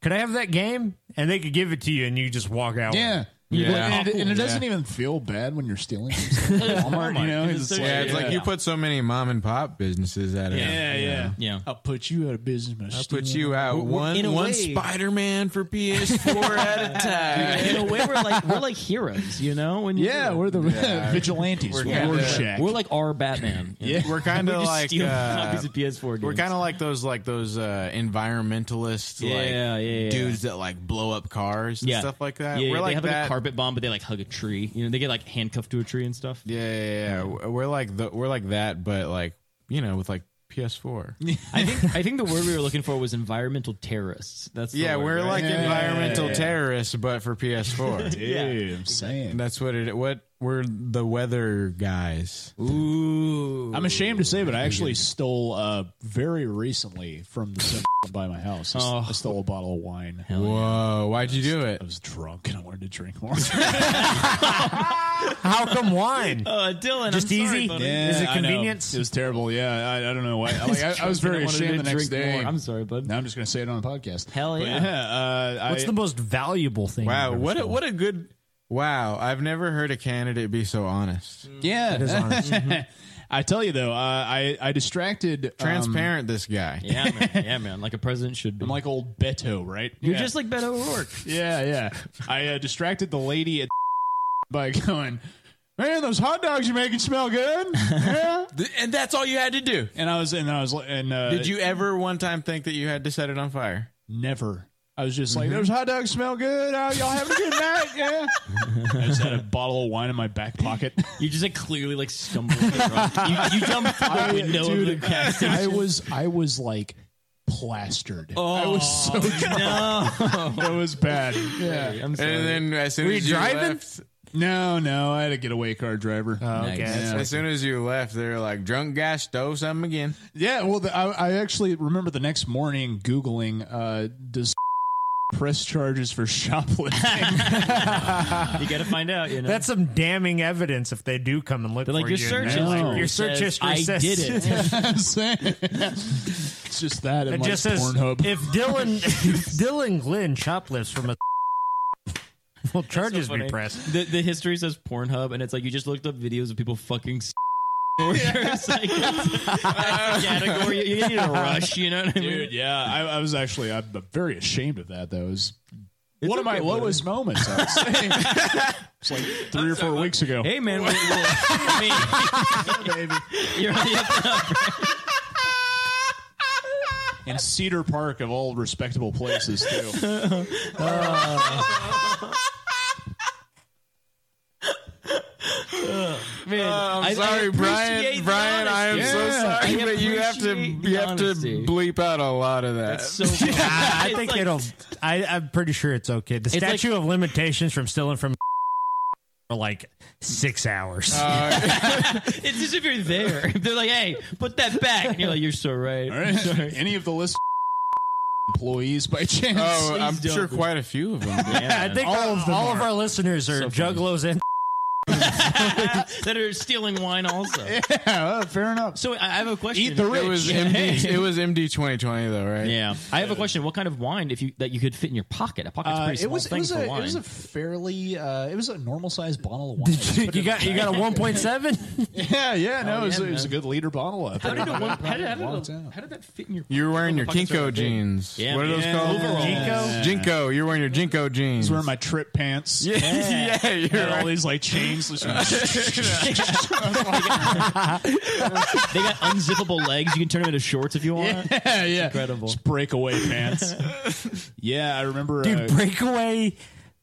S7: could I have that game and they could give it to you and you just walk out.
S16: Yeah.
S7: You'd be like,
S16: And, it,
S7: "Oh,
S16: and it
S7: cool."
S16: doesn't even feel bad when you're stealing from stuff at Walmart. You know, it's like,
S1: Oh yeah, it's like you put so many mom and pop businesses out of
S16: Yeah,
S1: you
S16: yeah,
S1: know.
S12: yeah.
S16: I'll put you out of business. by
S1: I'll put
S16: stealing
S1: you
S16: it.
S1: out
S16: We're- we're-
S1: one
S16: in a
S1: one
S16: way-
S1: Spider Man for PS4 at a time.
S12: In a way, we're like we're like heroes, you know. When you
S16: Yeah, we're the
S1: Yeah.
S16: vigilantes.
S1: We're
S16: We're,
S1: kinda-
S16: Rorschach.
S12: we're like our Batman. you know?
S1: We're kind of
S12: just
S1: like
S12: steal
S1: uh,
S12: copies of PS4 games.
S1: We're kind of like those like those uh, environmentalist like
S12: Yeah, yeah, yeah.
S1: dudes that like blow up cars and
S12: yeah.
S1: stuff like that.
S12: Yeah,
S1: we're
S12: yeah, they
S1: like
S12: have like
S1: that.
S12: a carpet bomb, but they like hug a tree. You know, they get like handcuffed to a tree and stuff.
S1: yeah, yeah, yeah. We're- We're like the, we're like that, but like you know with like PS4.
S12: I think I think the word we were looking for was environmental terrorists. That's the
S1: yeah,
S12: word,
S1: we're
S12: right?
S1: like
S12: Yeah.
S1: environmental terrorists, but for PS4.
S16: Dude, I'm saying.
S1: That's what it. What we're the weather guys.
S12: Ooh,
S16: I'm ashamed to say, but I actually stole uh, very recently from the store by my house. I, s-
S12: oh.
S16: I stole a bottle of wine.
S1: Whoa! Why'd you do it?
S16: I was drunk and I wanted to drink more.
S7: How come wine?
S12: Uh, Dylan,
S7: Just
S12: I'm
S7: easy?
S12: Sorry, buddy.
S16: Yeah,
S7: Is it
S16: I know.
S7: convenience?
S16: It was terrible. Yeah, I, I don't know why. I, like, I, I was very
S12: I wanted to
S16: ashamed the next
S12: drink
S16: day.
S12: more. I'm sorry, bud.
S16: Now I'm just going to say it on the podcast.
S12: Hell
S16: But
S12: yeah.
S16: uh,
S7: What's
S16: I-
S7: the most valuable thing?
S1: Wow!
S7: you've ever
S1: What a,
S7: stolen?
S1: what a good. Wow! I've never heard a candidate be so honest.
S16: Yeah,
S7: That is honest.
S16: I tell you though, uh, I I distracted um,
S1: Transparent, this guy.
S12: Yeah, man. Yeah, man. Like a president should be.
S16: I'm like old Beto, right?
S12: You're
S16: Yeah.
S12: just like Beto O'Rourke.
S16: yeah, yeah. I uh, distracted the lady at by going, "Man, those hot dogs you're making smell good." Yeah.
S1: And that's all you had to do.
S16: and I was and I was and uh,
S1: Did you ever one time think that you had to set it on fire? Mm-hmm.
S16: never? I was just like, "Those hot dogs smell good. Oh, y'all having a good night?" Yeah. I just had a bottle of wine in my back pocket.
S12: You just like clearly like stumbled. drunk. you, you jumped through the
S16: I,
S12: window of the
S16: dude,
S12: gas
S16: I
S12: station.
S16: was I was like plastered.
S12: Oh,
S16: I was so drunk. That was bad. Yeah.
S12: I'm sorry.
S1: And then as soon
S7: Were you
S1: as
S7: driving?
S1: left, Oh,
S16: No, no, I had a getaway car driver.
S7: okay.
S12: Nice.
S1: as soon as you left, they were like, "Drunk guy stole something again."
S16: Yeah, well, the, I, I actually remember the next morning googling uh, does press charges for shoplifting.
S12: You got to find out. You know.
S7: That's some damning evidence if they do come and look
S12: They're like
S7: for
S12: your
S7: you.
S12: search
S7: and they're
S12: history.
S7: like, your search
S12: says,
S7: history
S12: I
S7: says
S12: did it.
S16: I'm saying. it's just that and
S7: It
S16: like
S7: just says
S16: Pornhub.
S7: if Dylan if Dylan Glenn shoplifts from a well charges be
S12: funny.
S7: pressed.
S12: The, the history says Pornhub, and it's like you just looked up videos of people fucking. s- orders. like, that's the category. You, you need a rush. You know what I mean?
S16: Dude, yeah, I, I was actually I'm very ashamed of that. That was one of my
S12: okay, buddy.
S16: lowest moments. I would say. it's like three or four weeks ago.
S12: Hey man, we, we, I mean, you're on the up and up.
S16: in Cedar Park of all respectable places too. Uh.
S12: Man,
S1: I'm
S12: I- I
S1: sorry,
S12: appreciate
S1: Brian.
S12: the
S1: Brian, I am
S12: honesty.
S1: so
S16: Yeah.
S1: sorry,
S12: I
S1: but you have to to you have to bleep out a lot of that.
S7: Yeah, I think it'll. I, I'm pretty sure it's okay. The
S1: It's like-
S7: statute of limitations from stealing from for like six hours.
S12: it's as if you're there. They're like, "Hey, put that back." And you're like, "You're so right."
S16: All right. Any of the list employees by chance?
S1: Oh, I'm sure quite
S16: a few of them.
S7: I think all, all of, our listeners are juggalos and
S12: that are stealing wine also. Yeah,
S16: fair enough.
S12: So I I have a question.
S1: It was MD. It was MD 2020 though, right?
S12: Yeah. I have a question. What kind of wine if you that you could fit in your pocket? A pocket's a
S16: Uh,
S12: pretty small
S16: it was it
S12: thing
S16: was,
S12: for
S16: a, it
S12: wine.
S16: was a fairly uh, it was a normal sized bottle of wine. Just put it
S7: you
S16: in
S7: got
S16: the
S7: you got a
S16: bag.
S7: 1.7.
S16: Yeah, yeah, no,
S7: Oh,
S16: it, was,
S7: yeah,
S16: it was a
S7: man.
S16: good liter bottle. I
S12: How
S16: think.
S12: did, it, work- how, did, how, did,
S16: Long
S12: it- how did that fit in your
S19: You were wearing your
S12: Pockets are
S19: Jinko
S12: big.
S19: jeans.
S12: Yeah,
S19: what are those
S12: man.
S19: called?
S12: Overalls.
S16: Jinko?
S19: Jinko. You're wearing your Jinko jeans.
S16: He's wearing my trip pants.
S19: Yeah, yeah, you're
S16: Had all
S19: right.
S16: these like chains. Just-
S12: Oh they got unzippable legs. You can turn them into shorts if you want.
S16: yeah, yeah,
S12: incredible.
S16: Just breakaway pants. yeah, I remember.
S7: Dude,
S16: uh,
S7: breakaway,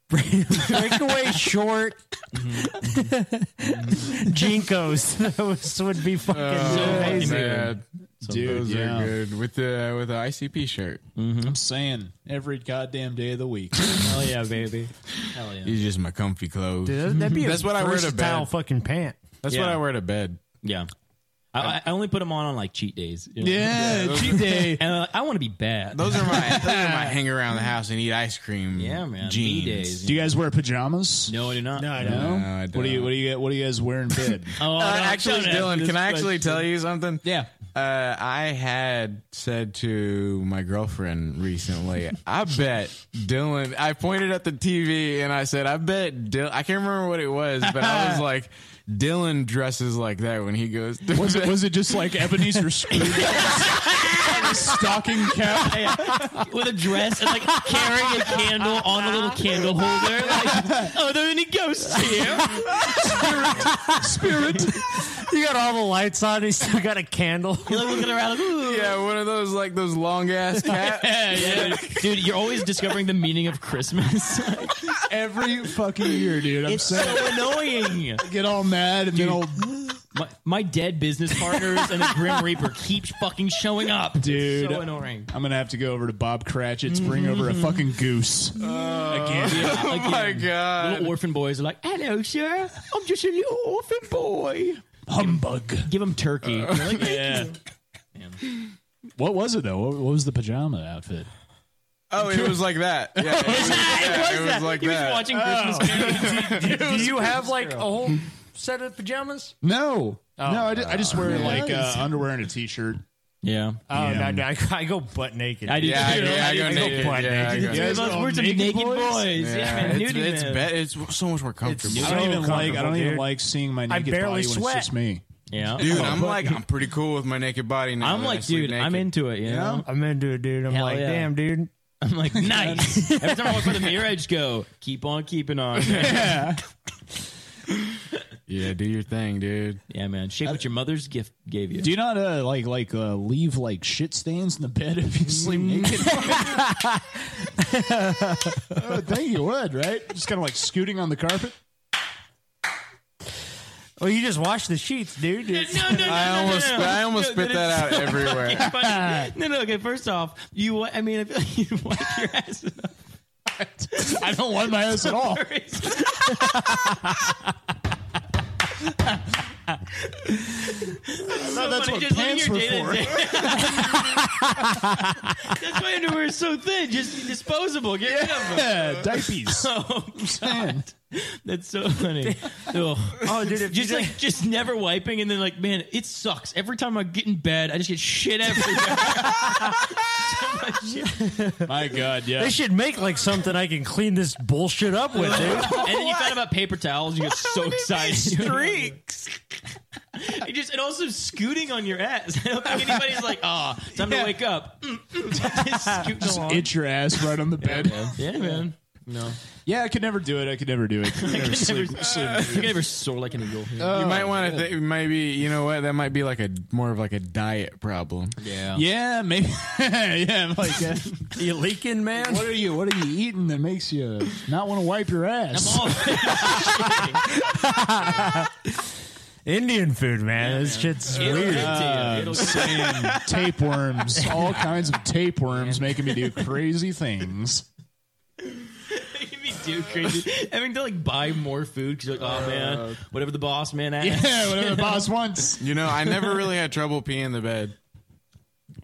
S7: breakaway short,
S12: Mm-hmm.
S7: jinkos. Those would be fucking
S16: Oh,
S1: Oh,
S7: amazing.
S16: Dude,
S1: those are
S16: yeah.
S1: good with the with the ICP shirt.
S16: I'm saying every goddamn day of the week.
S12: Mm-hmm. Hell yeah, baby. Hell yeah.
S1: These are just my comfy clothes.
S7: Dude, that'd be a
S1: That's what I wear to
S7: versatile
S1: bed.
S7: fucking pant.
S1: That's what I wear to bed.
S12: Yeah. I, I only put them on on like cheat days. you know?
S1: Yeah, Yeah. cheat day.
S12: And I'm like, I want to be bad.
S1: Those are my those are my hang around the house and eat ice cream.
S12: Yeah, man.
S1: Mm. Jeans.
S12: B-days.
S16: Do you guys wear pajamas?
S12: No, I do not.
S16: No, I
S1: don't. No, I
S16: What do you What do you What do you guys wear in bed?
S12: Oh,
S1: Uh,
S12: no,
S1: actually,
S12: don't ask me
S1: Dylan,
S12: this
S1: can I actually
S12: question.
S1: tell you something?
S12: Yeah.
S1: Uh, I had said to my girlfriend recently, I bet Dylan, I pointed at the TV and I said, I bet Dylan, I can't remember what it was, but I was like, Dylan dresses like that when he goes to
S16: was it
S1: bed."
S16: Was it just like Ebenezer Scrooge? stocking cap
S12: Yeah. with a dress and like carrying a candle on a little candle holder. Like, are there any ghosts here?
S16: Spirit, spirit.
S7: You got all the lights on. and You still got a candle.
S12: You're like looking around. Like, Ooh.
S1: Yeah, one of those like those long ass cats.
S12: Yeah, yeah, dude, you're always discovering the meaning of Christmas.
S16: every fucking year, dude? I'm
S12: it's so
S16: saying.
S12: annoying.
S16: I get all mad and then I'll
S12: My, my dead business partners and the Grim Reaper keeps fucking showing up.
S16: Dude.
S12: It's so annoying. Mm-hmm.
S16: I'm gonna have to go over to Bob Cratchit's, bring over a fucking goose. Again.
S12: Yeah,
S1: Oh
S12: again,
S1: my God.
S12: Little orphan boys are like, hello, sir. I'm just a little orphan boy.
S16: Humbug.
S12: Give them turkey.
S16: Uh,
S12: They're like, yeah.
S16: What was it though? What, what was the pajama outfit?
S1: Oh, it was like that. Yeah, it was, yeah, it was like
S12: he was
S1: that. Oh.
S12: watching
S16: Oh.
S12: Christmas.
S7: Do you have like a whole set of pajamas?
S16: No, no, I, ju- I just wear
S7: man.
S16: like uh, underwear and a t-shirt.
S12: Yeah.
S7: Oh no,
S16: Yeah.
S7: no, I, I go butt naked.
S12: I do
S1: Yeah, I
S12: too.
S1: do- I go naked.
S7: butt
S1: Yeah, I
S7: naked.
S1: go-
S16: You guys
S12: Those
S16: are all
S12: words are naked boys. Yeah, man,
S1: it's,
S12: nudie
S1: it's,
S12: man.
S1: bet- it's so much more comfortable.
S16: I don't
S7: so
S16: even like. I don't
S7: comfortable,
S16: even
S7: dude.
S16: like seeing my
S7: I
S16: naked
S7: barely
S16: body when
S7: sweat.
S16: it's just me.
S12: Yeah.
S1: Dude, I'm like, I'm pretty cool with my naked body now.
S12: I'm
S1: that I
S12: like,
S1: sleep
S12: dude, I'm
S1: naked.
S12: into it. You
S1: Yeah.
S12: know?
S7: I'm into it, dude. I'm
S12: Hell
S7: like,
S12: yeah.
S7: damn, dude.
S12: I'm like, nice. Every time I walk by the mirror, I just go, keep on keeping on. Yeah,
S1: Yeah, do your thing, dude.
S12: man. Shape what your mother's gift gave you.
S16: Do you not uh, like like uh, leave like shit stains in the bed if you sleep
S12: Mm.
S16: naked? I would think Oh, you would, right? Just kind of like scooting on the carpet.
S7: Well, you just wash the sheets, dude. It's-
S12: no, no, no,
S1: I
S12: no,
S1: almost,
S12: no, no.
S1: I almost
S12: No,
S1: spit
S12: that
S1: that
S12: is
S1: out everywhere.
S12: Funny. No, no. Okay, first off, you. wa- I mean, I feel like you wipe your ass.
S16: I don't want my ass at all.
S12: So
S16: that's
S12: funny,
S16: what
S12: just living
S16: pants
S12: your
S16: were
S12: day-to-day- That's why underwear is so thin. Just disposable. Get rid of them.
S16: Yeah, diapers.
S12: Oh God, that's so funny. Ugh.
S7: Oh, dude, if you
S12: just
S7: just,
S12: like just never wiping, and then like, man, it sucks. Every time I get in bed, I just get shit everywhere.
S16: my God, yeah.
S7: they should make like something I can clean this bullshit up with, dude.
S12: and then you found about paper towels, you get so excited. Streaks. You just and also scooting on your ass. I don't think anybody's like, ah, time to wake up. Mm, mm. just scooting
S16: Just
S12: along.
S16: itch your ass right on the bed.
S12: yeah, man. No,
S16: Yeah, I could never do it. I could never do it. I could never sleep-
S12: never-
S16: sleep.
S12: you can never soar like an eagle.
S16: Oh,
S1: you
S7: Uh,
S1: might want to think, maybe, you know what? That might be like a more of like a diet problem.
S7: Oh.
S12: yeah.
S16: Yeah, maybe. yeah, I'm like uh,
S7: You leaking, man?
S16: what are you? What are you eating that makes you not want to wipe your ass?
S12: Oh,
S7: Indian food, man. this shit's
S16: It'll
S7: weird.
S16: get to you. Uh, It'll get to you.
S7: same.
S16: tapeworms, all kinds of tapeworms making me do crazy things.
S12: It'd be too crazy. Having to like buy more food because you're like, oh man, whatever the boss man asks.
S16: Yeah, whatever the boss wants.
S20: You know, I never really had trouble peeing the bed.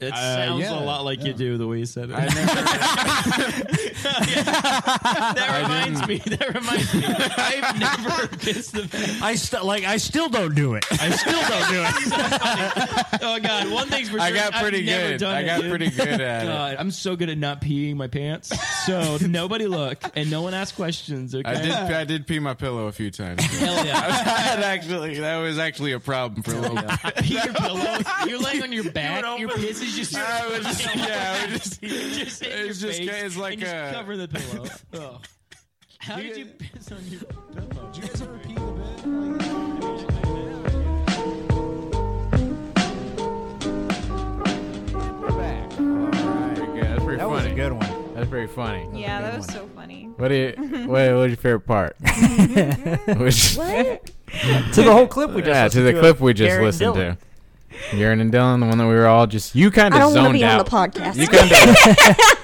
S16: Uh,
S12: It sounds a lot like you do the way you said it. that reminds me. That reminds me. I've never pissed the bed.
S7: I st- like. I still don't do it. I still don't do it.
S12: Oh god, one thing's for sure.
S7: I got
S12: I've
S7: pretty
S12: never
S7: good.
S12: done
S7: I
S12: it,
S7: got
S12: dude.
S7: pretty good at it.
S12: God, I'm so good at not peeing my pants. So nobody look and no one ask questions. Okay.
S20: I did. I did pee my pillow a few times.
S12: Hell yeah.
S20: that actually, that was actually a problem for a little bit.
S12: Your pillow. You're laying on your back. Your piss is just.
S20: I was just- yeah, I was just-
S12: just in
S20: it's
S12: your
S20: just-
S12: face
S20: it's like
S12: and just
S20: a-
S12: cover the pillow.
S16: Oh.
S12: Ugh. How did you piss on your pillow? Do you guys ever pee the bed?
S1: Pretty good. That's pretty
S21: That
S1: funny.
S21: was a good
S1: one. That's pretty funny.
S2: Yeah, that was so funny.
S1: What do you? What, what was your favorite part? Which-
S2: What?
S21: To the whole clip we just
S1: yeah, to
S21: listened
S1: the
S21: to
S1: clip
S21: of
S1: we just
S21: Garrett
S1: listened
S21: Dillon.
S1: to. Urine and Dylan, the one that we were all just you kind
S3: I don't
S1: of
S3: wanna
S1: zoned
S3: be on
S1: out.
S3: the podcast.
S1: You kind of.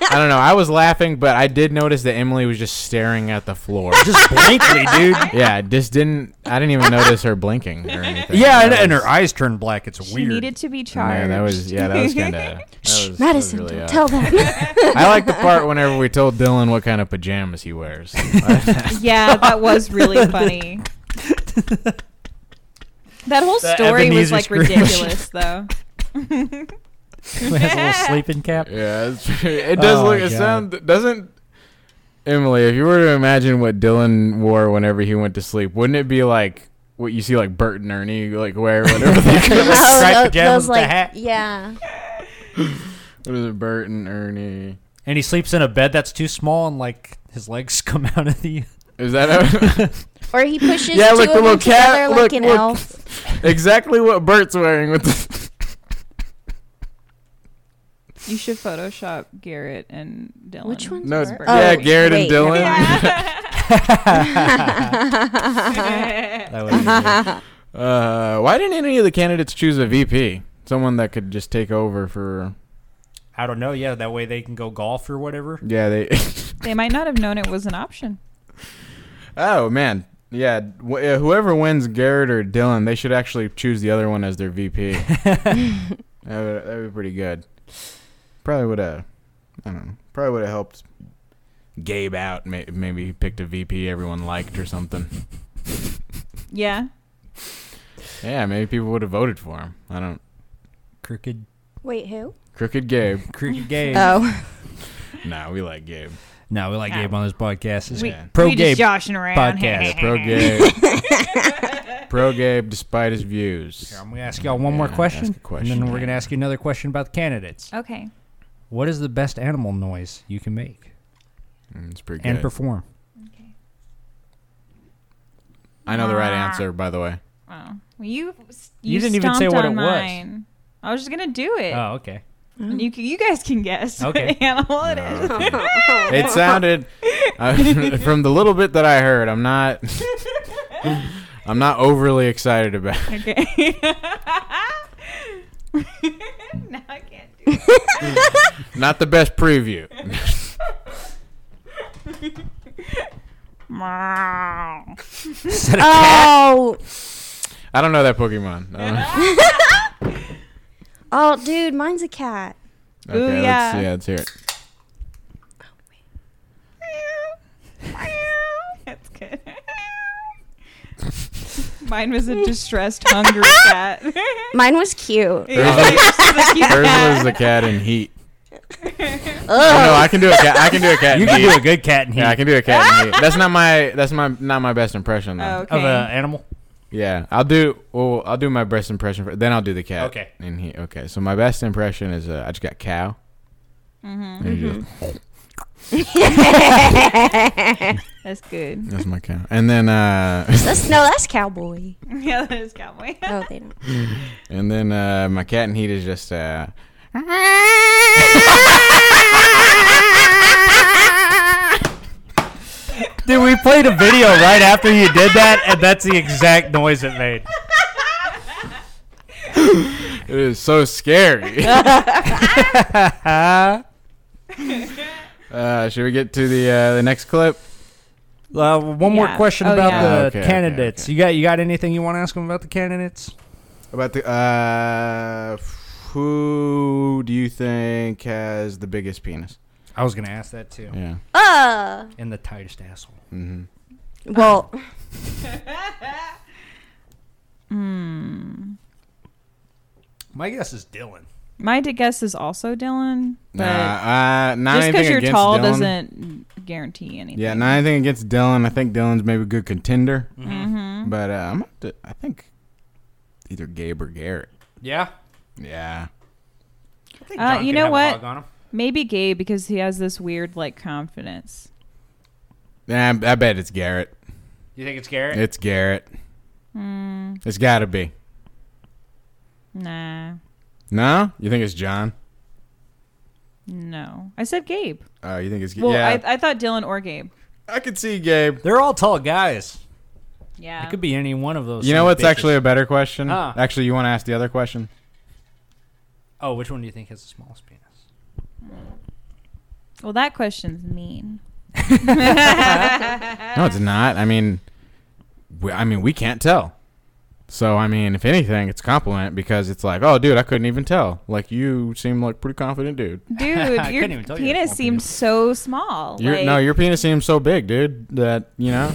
S1: I don't know. I was laughing, but I did notice that Emily was just staring at the floor,
S21: just blankly, dude.
S1: Yeah, just didn't. I didn't even notice her blinking or anything.
S21: Yeah,
S1: That
S21: and, and
S1: was-
S21: her eyes turned black. It's
S2: She
S21: weird.
S2: needed to be charged.
S1: Oh, Man, that was yeah, that was kind of.
S3: Madison,
S1: really uh,
S3: don't tell
S1: odd.
S3: them.
S1: I like the part whenever we told Dylan what kind of pajamas he wears.
S2: yeah, that was really funny. That whole
S21: The
S2: story was
S21: Ebenezer
S2: like
S21: Scrooge.
S2: ridiculous, though.
S21: Has a little sleeping cap.
S1: Yeah, it's, it does
S21: Oh
S1: look.
S21: my
S1: It
S21: God.
S1: sounds doesn't. Emily, if you were to imagine what Dylan wore whenever he went to sleep, wouldn't it be like what you see like Bert and Ernie like wear whatever they
S3: Oh, tho-
S1: striped
S3: those,
S1: pajamas,
S3: like, yeah.
S1: What is it, Bert and Ernie?
S21: And he sleeps in a bed that's too small, and like his legs come out of the.
S1: Is that how?
S3: Or he pushes
S1: yeah,
S3: two
S1: look
S3: of
S1: the little
S3: them together
S1: cat. Look,
S3: like an
S1: look.
S3: elf.
S1: exactly what Bert's wearing with the.
S2: You should Photoshop Garrett and Dylan. Oh,
S3: Which one's
S1: No,
S3: Bert?
S1: yeah, Garrett and Dylan. uh, why didn't any of the candidates choose a VP? Someone that could just take over for.
S21: I don't know. Yeah, that way they can go golf or whatever.
S1: Yeah, they.
S2: They might not have known it was an option.
S1: Oh man, yeah. Wh- yeah, whoever wins Garrett or Dylan, they should actually choose the other one as their VP. that would that would be pretty good. Probably would have. I don't know. Probably would have helped Gabe out. May- Maybe he picked a VP everyone liked or something.
S2: Yeah.
S1: Yeah, maybe people would have voted for him. I don't.
S21: Crooked.
S3: Wait, who?
S1: Crooked Gabe.
S21: Crooked Gabe.
S3: Oh.
S1: Nah, we like Gabe.
S21: No, we like Gabe on this podcast. It's
S2: We-
S21: a
S2: we just
S21: Gabe
S2: joshing around.
S21: Podcast.
S1: Pro Gabe. Pro Gabe, despite his views.
S21: I'm gonna ask y'all one more
S1: Yeah,
S21: question,
S1: ask a question,
S21: and then we're gonna ask you another question about the candidates.
S2: Okay.
S21: What is the best animal noise you can make
S1: Mm, It's pretty good.
S21: and perform?
S1: I know the right answer, by the way.
S2: Oh, well, you, you
S21: You didn't even say
S2: stomped
S21: what
S2: on
S21: it was.
S2: mine. I was just gonna do it.
S21: Oh, okay.
S2: And You c- you guys can guess
S21: Okay.
S2: what animal it is.
S1: It sounded uh, from the little bit that I heard. I'm not. I'm not overly excited about. It.
S2: okay. now I can't do it.
S1: Not the best preview.
S2: Meow.
S3: oh.
S1: I don't know that Pokemon. Uh, I
S3: oh, dude, mine's a cat.
S1: don't- okay, let's, yeah, let's hear it.
S2: That's good. Mine was a distressed, hungry cat.
S3: Mine was cute.
S1: Ursula's the cat in heat. Oh, no, I can do a cat. I can do a cat.
S21: You
S1: in
S21: can
S1: heat.
S21: do a good cat in heat.
S1: Yeah, I can do a cat in heat. That's not my. That's my not my best impression though.
S21: Of an animal.
S1: Yeah, I'll do. Well, I'll do my best impression. For, then I'll do the cat.
S21: Okay.
S1: And he. Okay. So my best impression is uh, I just got cow.
S2: Mhm.
S1: And you just-
S2: That's good.
S1: That's my cow. And then. uh
S3: That's no, that's cowboy.
S2: Yeah, that is cowboy.
S3: Oh, they don't.
S1: And then uh my cat in heat is just. uh
S21: Dude, we played a video right after you did that, and that's the exact noise it made.
S1: It is so scary. uh, should we get to the uh, the next clip?
S22: Uh, one more
S1: Yeah.
S22: question
S1: Oh,
S22: about
S1: yeah.
S22: the
S1: Okay, okay,
S22: candidates. You got you got anything you want to ask them about the candidates?
S1: About the uh, who do you think has the biggest penis?
S22: I was gonna ask that too.
S1: Yeah.
S3: Uh.
S22: And the tightest asshole.
S1: Mm-hmm.
S3: Well,
S2: Hmm.
S22: My guess is Dylan.
S2: My d- guess is also Dylan. But
S1: Nah, uh, not
S2: just
S1: anything
S2: because you're
S1: against
S2: tall
S1: Dylan.
S2: doesn't guarantee anything.
S1: Yeah, not anything against Dylan. I think Dylan's maybe a good contender.
S22: Mm-hmm.
S2: Mhm.
S1: But uh, I'm up to, I think either Gabe or Garrett.
S22: Yeah.
S1: Yeah.
S2: Uh, you know what? Maybe gay because he has this weird like confidence.
S1: Nah, I I bet it's Garrett.
S23: You think it's Garrett?
S1: It's Garrett.
S2: Mm,
S1: It's got to be.
S2: nah,
S1: No? You think it's John?
S2: no. I said Gabe.
S1: Uh, you think it's
S2: Well,
S1: yeah.
S2: I, I thought Dylan or Gabe.
S1: I could see Gabe.
S22: They're all tall guys.
S2: Yeah.
S22: It could be any one of those.
S1: you know
S22: sons of
S1: what's
S22: bitches.
S1: actually a better question?
S22: Huh.
S1: Actually, you want to ask the other question?
S22: Oh, which one do you think has the smallest penis?
S2: Well, that question's mean.
S1: No,
S2: Uh,
S1: it's not. I mean, we, I mean, we can't tell. So I mean, if anything, it's a compliment because it's like, oh, dude, I couldn't even tell. Like you seem like pretty confident, dude.
S2: Dude,
S22: I
S2: your
S22: couldn't even tell you
S2: penis seemed so small.
S1: Your,
S2: like,
S1: no, your penis seems so big, dude. That you know,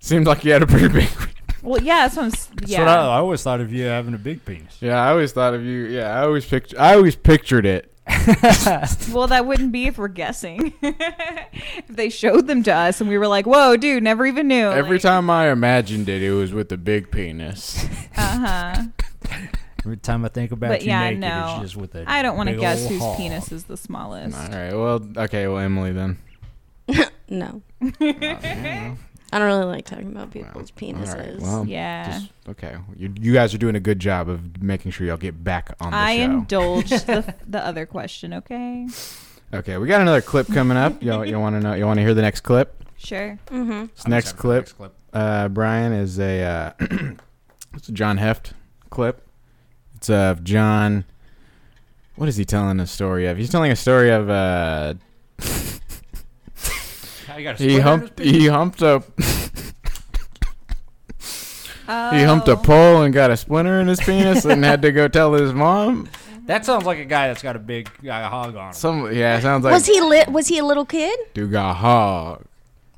S1: seemed like you had a pretty big.
S2: well, yeah, that's what I'm. s-
S22: That's
S2: Yeah.
S22: what I, I always thought of you having a big penis.
S1: Yeah, I always thought of you. Yeah, I always picture. I always pictured it.
S2: Well, that wouldn't be if we're guessing. if they showed them to us and we were like, "Whoa, dude, never even knew."
S1: Every time I imagined it, it was with a big penis.
S2: Uh huh.
S22: Every time I think about
S2: But
S22: you
S2: yeah,
S22: naked,
S2: no.
S22: it's just with a
S2: I don't want to
S22: big
S2: guess
S22: ol'
S2: whose
S22: hog.
S2: penis is the smallest.
S1: All right. Well, okay. Well, Emily then.
S3: no. I don't really like talking about people's penises.
S1: All right. Well,
S2: Yeah.
S1: just- okay. You, you guys are doing a good job of making sure y'all get back on the
S2: I
S1: show.
S2: indulged the, the other question, okay?
S1: Okay, we got another clip coming up. Y'all, you want to know? You want to hear the next clip?
S2: Sure.
S3: Mm-hmm.
S1: This next clip, Uh, Brian is a uh, it's a John Heft clip. It's of John. What is he telling a story of? He's telling a story of uh, he humped he humped a he humped
S3: Oh.
S1: a pole and got a splinter in his penis and had to go tell his mom.
S5: Mm-hmm.
S22: That sounds like a guy that's got a big uh, hog on him.
S1: Some yeah, it sounds like
S3: was he lit? Was he a little kid?
S1: dude got hog.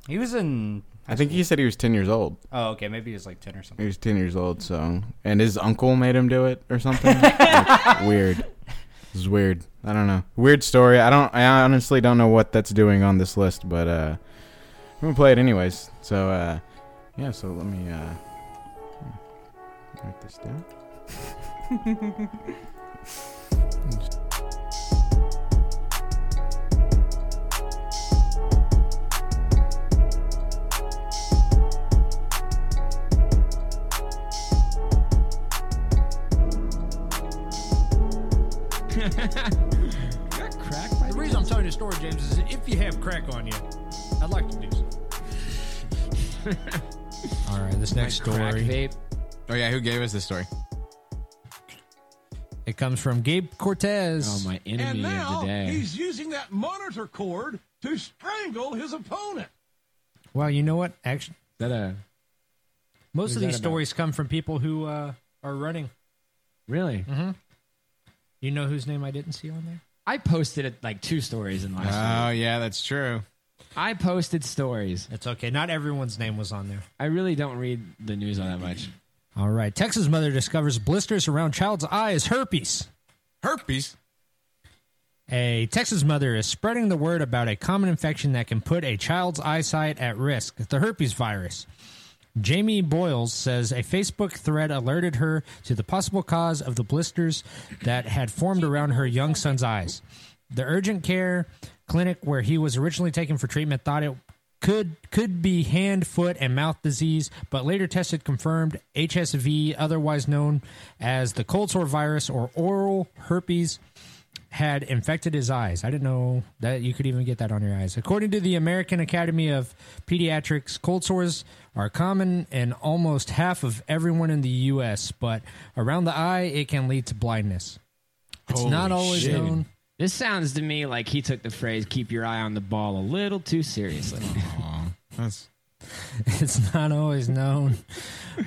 S22: He was in.
S1: I think he said he was ten years old.
S22: Oh, okay. Maybe he was like ten or something.
S1: He was ten years old, so and his uncle made him do it or something. weird. This is weird. I don't know. Weird story. I don't. I honestly don't know what that's doing on this list, but uh, I'm gonna play it anyways. So uh, yeah. So let me uh, hmm. write this down.
S23: crack the reason I'm telling you the story, James, is if you have crack on you, I'd like to do some.
S7: All right, this next story.
S24: Oh yeah, who gave us this story?
S23: It comes from Gabe Cortez.
S5: Oh, my enemy
S23: And
S5: of the day.
S16: He's using that monitor cord to strangle his opponent.
S23: Well, you know what? Actually,
S5: that a
S7: Most
S23: Who's
S7: of
S23: that
S7: these
S23: about?
S7: stories come from people who uh, are running.
S5: really?
S7: Mm-hmm. You know whose name I didn't see on there?
S5: I posted it like two stories in last.
S24: Oh yeah, that's true.
S5: I posted stories.
S23: It's okay. Not everyone's name was on there.
S5: I really don't read the news all that much.
S7: All right. Texas mother discovers blisters around child's eye as herpes.
S24: Herpes.
S7: A Texas mother is spreading the word about a common infection that can put a child's eyesight at risk the herpes virus. Jamie Boyles says a Facebook thread alerted her to the possible cause of the blisters that had formed around her young son's eyes. The urgent care clinic where he was originally taken for treatment thought it could could be hand, foot, and mouth disease, but later tested confirmed HSV, otherwise known as the cold sore virus or oral herpes had infected his eyes. I didn't know that you could even get that on your eyes. According to the American Academy of Pediatrics, cold sores are common in almost half of everyone in the U.S., but around the eye, it can lead to blindness. It's not always known.
S5: This sounds to me like he took the phrase "keep your eye on the ball" a little too seriously.
S7: That's it's not always known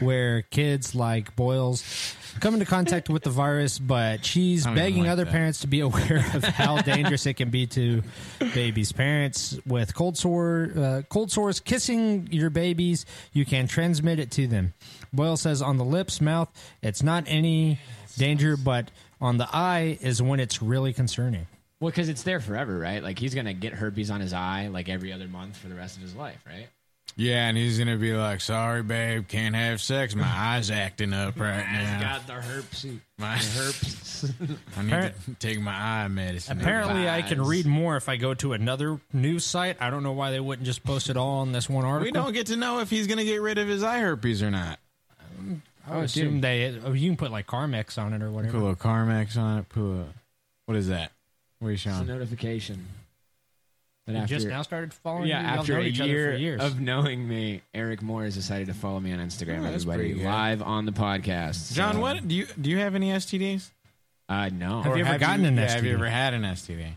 S7: where kids like Boyles come into contact with the virus, but she's
S25: I don't even
S7: begging
S25: like
S7: other
S25: that.
S7: parents to be aware of how dangerous it can be to babies. Parents with cold sore, uh, cold sores, kissing your babies, you can transmit it to them. Boyle says on the lips, mouth, it's not any danger, but on the eye is when it's really concerning.
S5: Well, because it's there forever, right? Like he's gonna get herpes on his eye like every other month for the rest of his life, right?
S1: Yeah, and he's gonna be like, "Sorry, babe, can't have sex. My eyes acting up right now.
S5: the herpes.
S1: My
S5: herpes.
S1: I need to take my eye medicine."
S7: Apparently, I can read more if I go to another news site. I don't know why they wouldn't just post it all on this one article.
S1: We don't get to know if he's gonna get rid of his eye herpes or not.
S7: I would assume they. oh, You can put like Carmex on it
S1: Put
S7: or
S1: a
S7: whatever.
S1: little Carmex on it. Put a, what is that? What are you
S5: It's a
S1: showing?
S5: notification.
S7: You just now started following
S5: Yeah,
S7: me? Y'all
S5: after
S7: known
S5: a
S7: each other
S5: year
S7: for years.
S5: of knowing me, Eric Moore has decided to follow me on Instagram.
S1: Oh, that's
S5: everybody
S1: pretty good.
S5: live on the podcast.
S1: John,
S5: So-
S1: what do you do? You have any STDs?
S5: Uh, no.
S1: Have you ever gotten an STD?
S5: had an STD?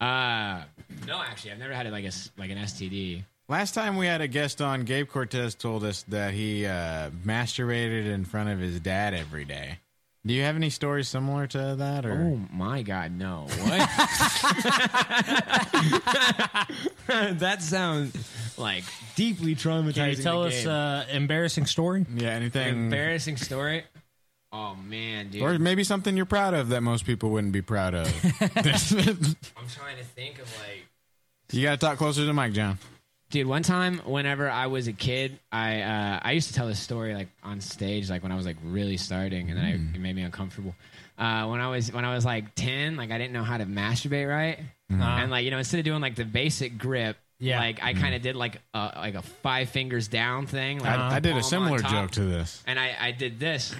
S5: Uh, no, actually, I've never had like a s- like an STD.
S1: Last time we had a guest on, Gabe Cortez told us that he uh, masturbated in front of his dad every day. Do you have any stories similar to that? Or
S5: Oh my God, no! What? that sounds like deeply traumatizing.
S7: Can you tell
S5: to
S7: us
S5: Gabe.
S7: uh, embarrassing story?
S1: Yeah, anything?
S5: embarrassing story? Oh man, dude!
S1: Or maybe something you're proud of that most people wouldn't be proud of.
S5: I'm trying to think of like.
S1: you got to talk closer to the mic, John.
S5: Dude, one time whenever I was a kid, I uh, I used to tell this story like on stage, like when I was like really starting, and then
S1: Mm.
S5: I, it made me uncomfortable. Uh, when I was when I was like ten, like I didn't know how to masturbate right,
S1: Mm-hmm.
S26: Uh-huh.
S5: and like you know instead of doing like the basic grip,
S26: Yeah.
S5: like I kind of did like a, like a five fingers down thing. Like
S1: Uh-huh. I, I did a
S5: palm
S1: similar
S5: on top.
S1: joke to this.
S5: And I, I did this,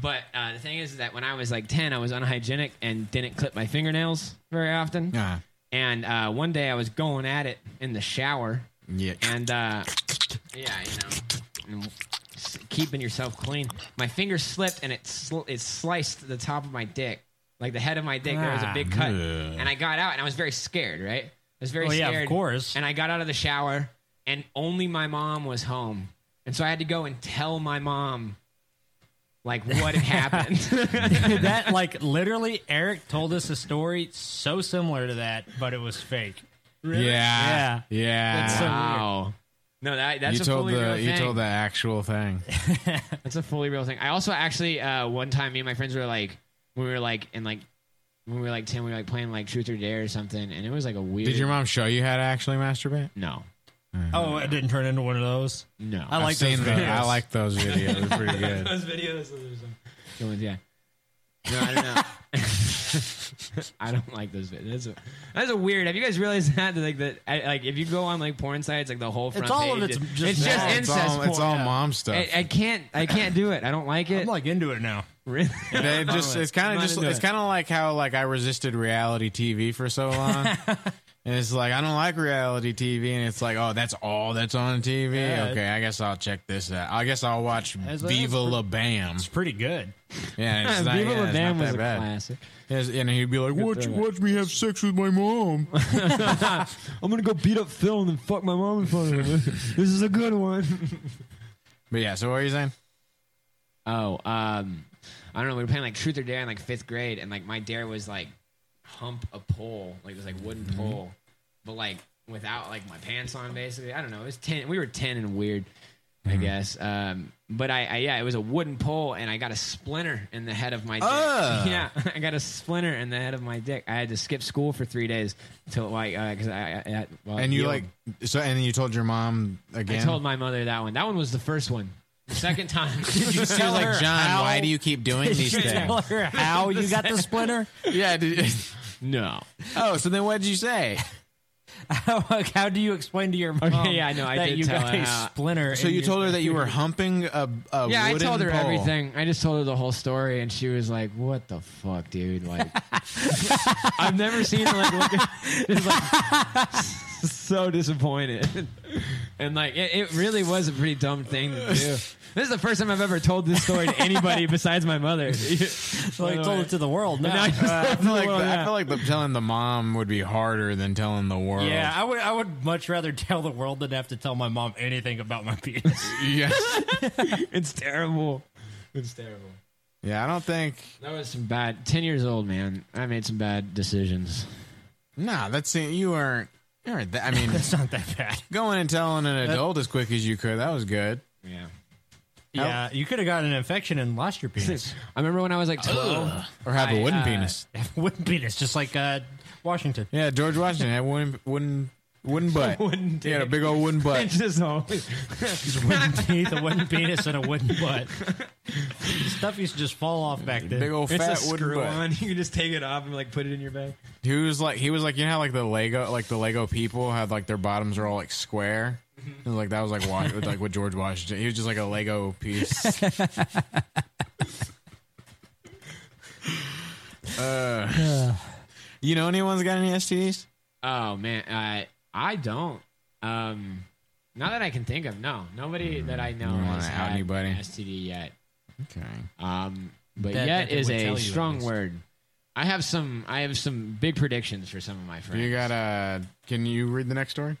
S5: but uh, the thing is that when I was like 10, I was unhygienic and didn't clip my fingernails very often. And uh, one day I was going at it in the shower.
S1: Yeah.
S5: And uh, yeah, you know, and s- keeping yourself clean. My finger slipped and it sl- it sliced the top of my dick, like the head of my dick. there was a
S7: Ah.
S5: big cut,
S7: Ugh.
S5: and I got out and I was very scared. Right, I was very
S7: Oh, yeah, of
S5: scared.
S7: course.
S5: And I got out of the shower, and only my mom was home, and so I had to go and tell my mom, like what had happened.
S7: that like literally, Eric told us a story so similar to that, but it was fake.
S1: Yeah.
S7: Yeah.
S1: Yeah.
S7: That's so weird.
S5: Wow. No, that, that's
S1: you
S5: a
S1: told
S5: fully
S1: the
S5: real thing.
S1: you told the actual thing.
S5: That's a fully real thing. I also actually uh, one time me and my friends were like when we were like in like when we were like ten, we were like playing like Truth or Dare or something, and it was like a weird.
S1: Did your mom show you how to actually masturbate?
S5: No.
S7: Oh, it didn't turn into one of those.
S5: No,
S7: I like
S1: I've seen
S7: those
S1: the-
S7: videos.
S1: I like those videos. They're pretty good.
S5: Those videos. Good ones, yeah. No, I don't know. I don't like those. videos. That's a, that's a weird. Have you guys realized that? Like that. I- Like if you go on like porn sites, like the whole
S7: It's
S5: front
S7: all of
S5: page,
S7: it's
S5: it- it's
S7: just
S5: just
S7: mom. It's all-
S5: incest. porn.
S1: it's all mom stuff.
S5: I, I can't. I can't do it. I don't like it. I'm
S7: like into it now.
S5: Really?
S1: They just it's kind of just it's kind of like how like I resisted reality TV for so long. And it's like I don't like reality TV, and it's like, oh, that's all that's on TV.
S7: Yeah.
S1: Okay, I guess I'll check this out. I guess I'll watch
S7: That's- that's
S1: Viva
S7: pre-
S1: La Bam. It's
S7: pretty good.
S1: Yeah, it's not,
S7: Viva
S1: yeah,
S7: La
S1: it's
S7: Bam
S1: not
S7: was
S1: that
S7: a
S1: bad.
S5: classic.
S1: Yes, and he'd be like,
S5: Good
S1: watch,
S5: throwback.
S1: watch me have sex with my mom.
S5: I'm gonna go beat up Phil and then fuck my mom in front of him. This is a good one.
S1: but yeah, so what are you saying?
S5: Oh, um, I don't know. We were playing like Truth or Dare in like fifth grade, and like my dare was like hump a pole, like this like wooden
S26: Mhm.
S5: pole, but like without like my pants on, basically. I don't know. It was ten. We were ten and weird, I guess. Um, but I, I yeah, it was a wooden pole, and I got a splinter in the head of my dick.
S1: Ah.
S26: Oh.
S5: Yeah, I got a splinter in the head of my dick. I had to skip school for three days till like uh 'cause I, I, I well,
S1: and you
S5: healed.
S1: like so, and then you told your mom again.
S5: I told my mother that one. That one was the first one. The second time,
S1: She was like, "John, why do you keep doing
S5: Did
S1: these
S5: you
S1: things?"
S5: tell her
S7: how you got the splinter?
S1: yeah. Did
S5: no.
S1: Oh, so then what did you say?
S27: how, how do you explain to your mom?
S5: Okay, yeah, I know. I
S27: that
S5: did
S27: you
S5: tell
S27: got
S5: her
S27: a
S5: how-
S27: splinter.
S5: So
S27: in
S5: you
S27: your-
S5: told her that you were
S1: humping a, a
S5: yeah, I
S1: wooden
S5: told her
S1: pole.
S5: everything. I just told her the whole story, and she was like, "What the fuck, dude? Like, I've never seen her like look at, just like so disappointed." And like, it, it really was a pretty dumb thing to do. This is the first time I've ever told this story to anybody besides my mother.
S27: Well, you told it to the world
S5: And
S27: now.
S5: I just-
S1: I feel like
S5: Well,
S1: the, I
S5: yeah.
S1: feel like the, telling the mom would be harder than telling the world.
S7: Yeah, I would. I would much rather tell the world than have to tell my mom anything about my penis.
S1: yes,
S5: it's terrible. It's terrible.
S1: Yeah, I don't think
S5: that was some bad. Ten years old, man. I made some bad decisions.
S1: Nah, that's you aren't. You aren't that, I mean, that's
S7: not that bad.
S1: Going and telling an
S7: That-
S1: adult as quick as you could. That was good.
S5: Yeah.
S7: Yeah, you could have gotten an infection and lost your penis. uh,
S5: I remember when I was like 12.
S1: Or have a
S7: a
S1: wooden penis.
S7: wooden penis, just like uh, Washington.
S1: Yeah, George Washington had wooden wooden wooden butt.
S7: Wooden
S1: he had a
S7: dick.
S1: big old wooden butt.
S7: It's just His wooden teeth, a wooden penis, and a wooden butt. Stuff used to just fall off back then.
S1: Big old It's fat a wooden screw butt. on.
S5: You can just take it off and like put it in your bag.
S1: He was like he was like you know how like the Lego like the Lego people had like their bottoms are all like square.
S7: Mm-hmm.
S1: It was like that was like wa- like with George Washington. He was just like a Lego piece. uh, you know anyone's got any STDs?
S5: Oh man, I I don't. Um, not that I can think of. No, nobody that I know
S1: Mm, You don't
S5: has
S1: wanna out
S5: had
S1: anybody?
S5: an STD yet.
S1: Okay.
S5: Um, but
S1: That-
S5: yet
S1: that
S5: is
S1: would tell
S5: a
S1: you, at
S5: strong
S1: least.
S5: word. I have some. I have some big predictions for some of my friends.
S1: You got uh can you read the next story?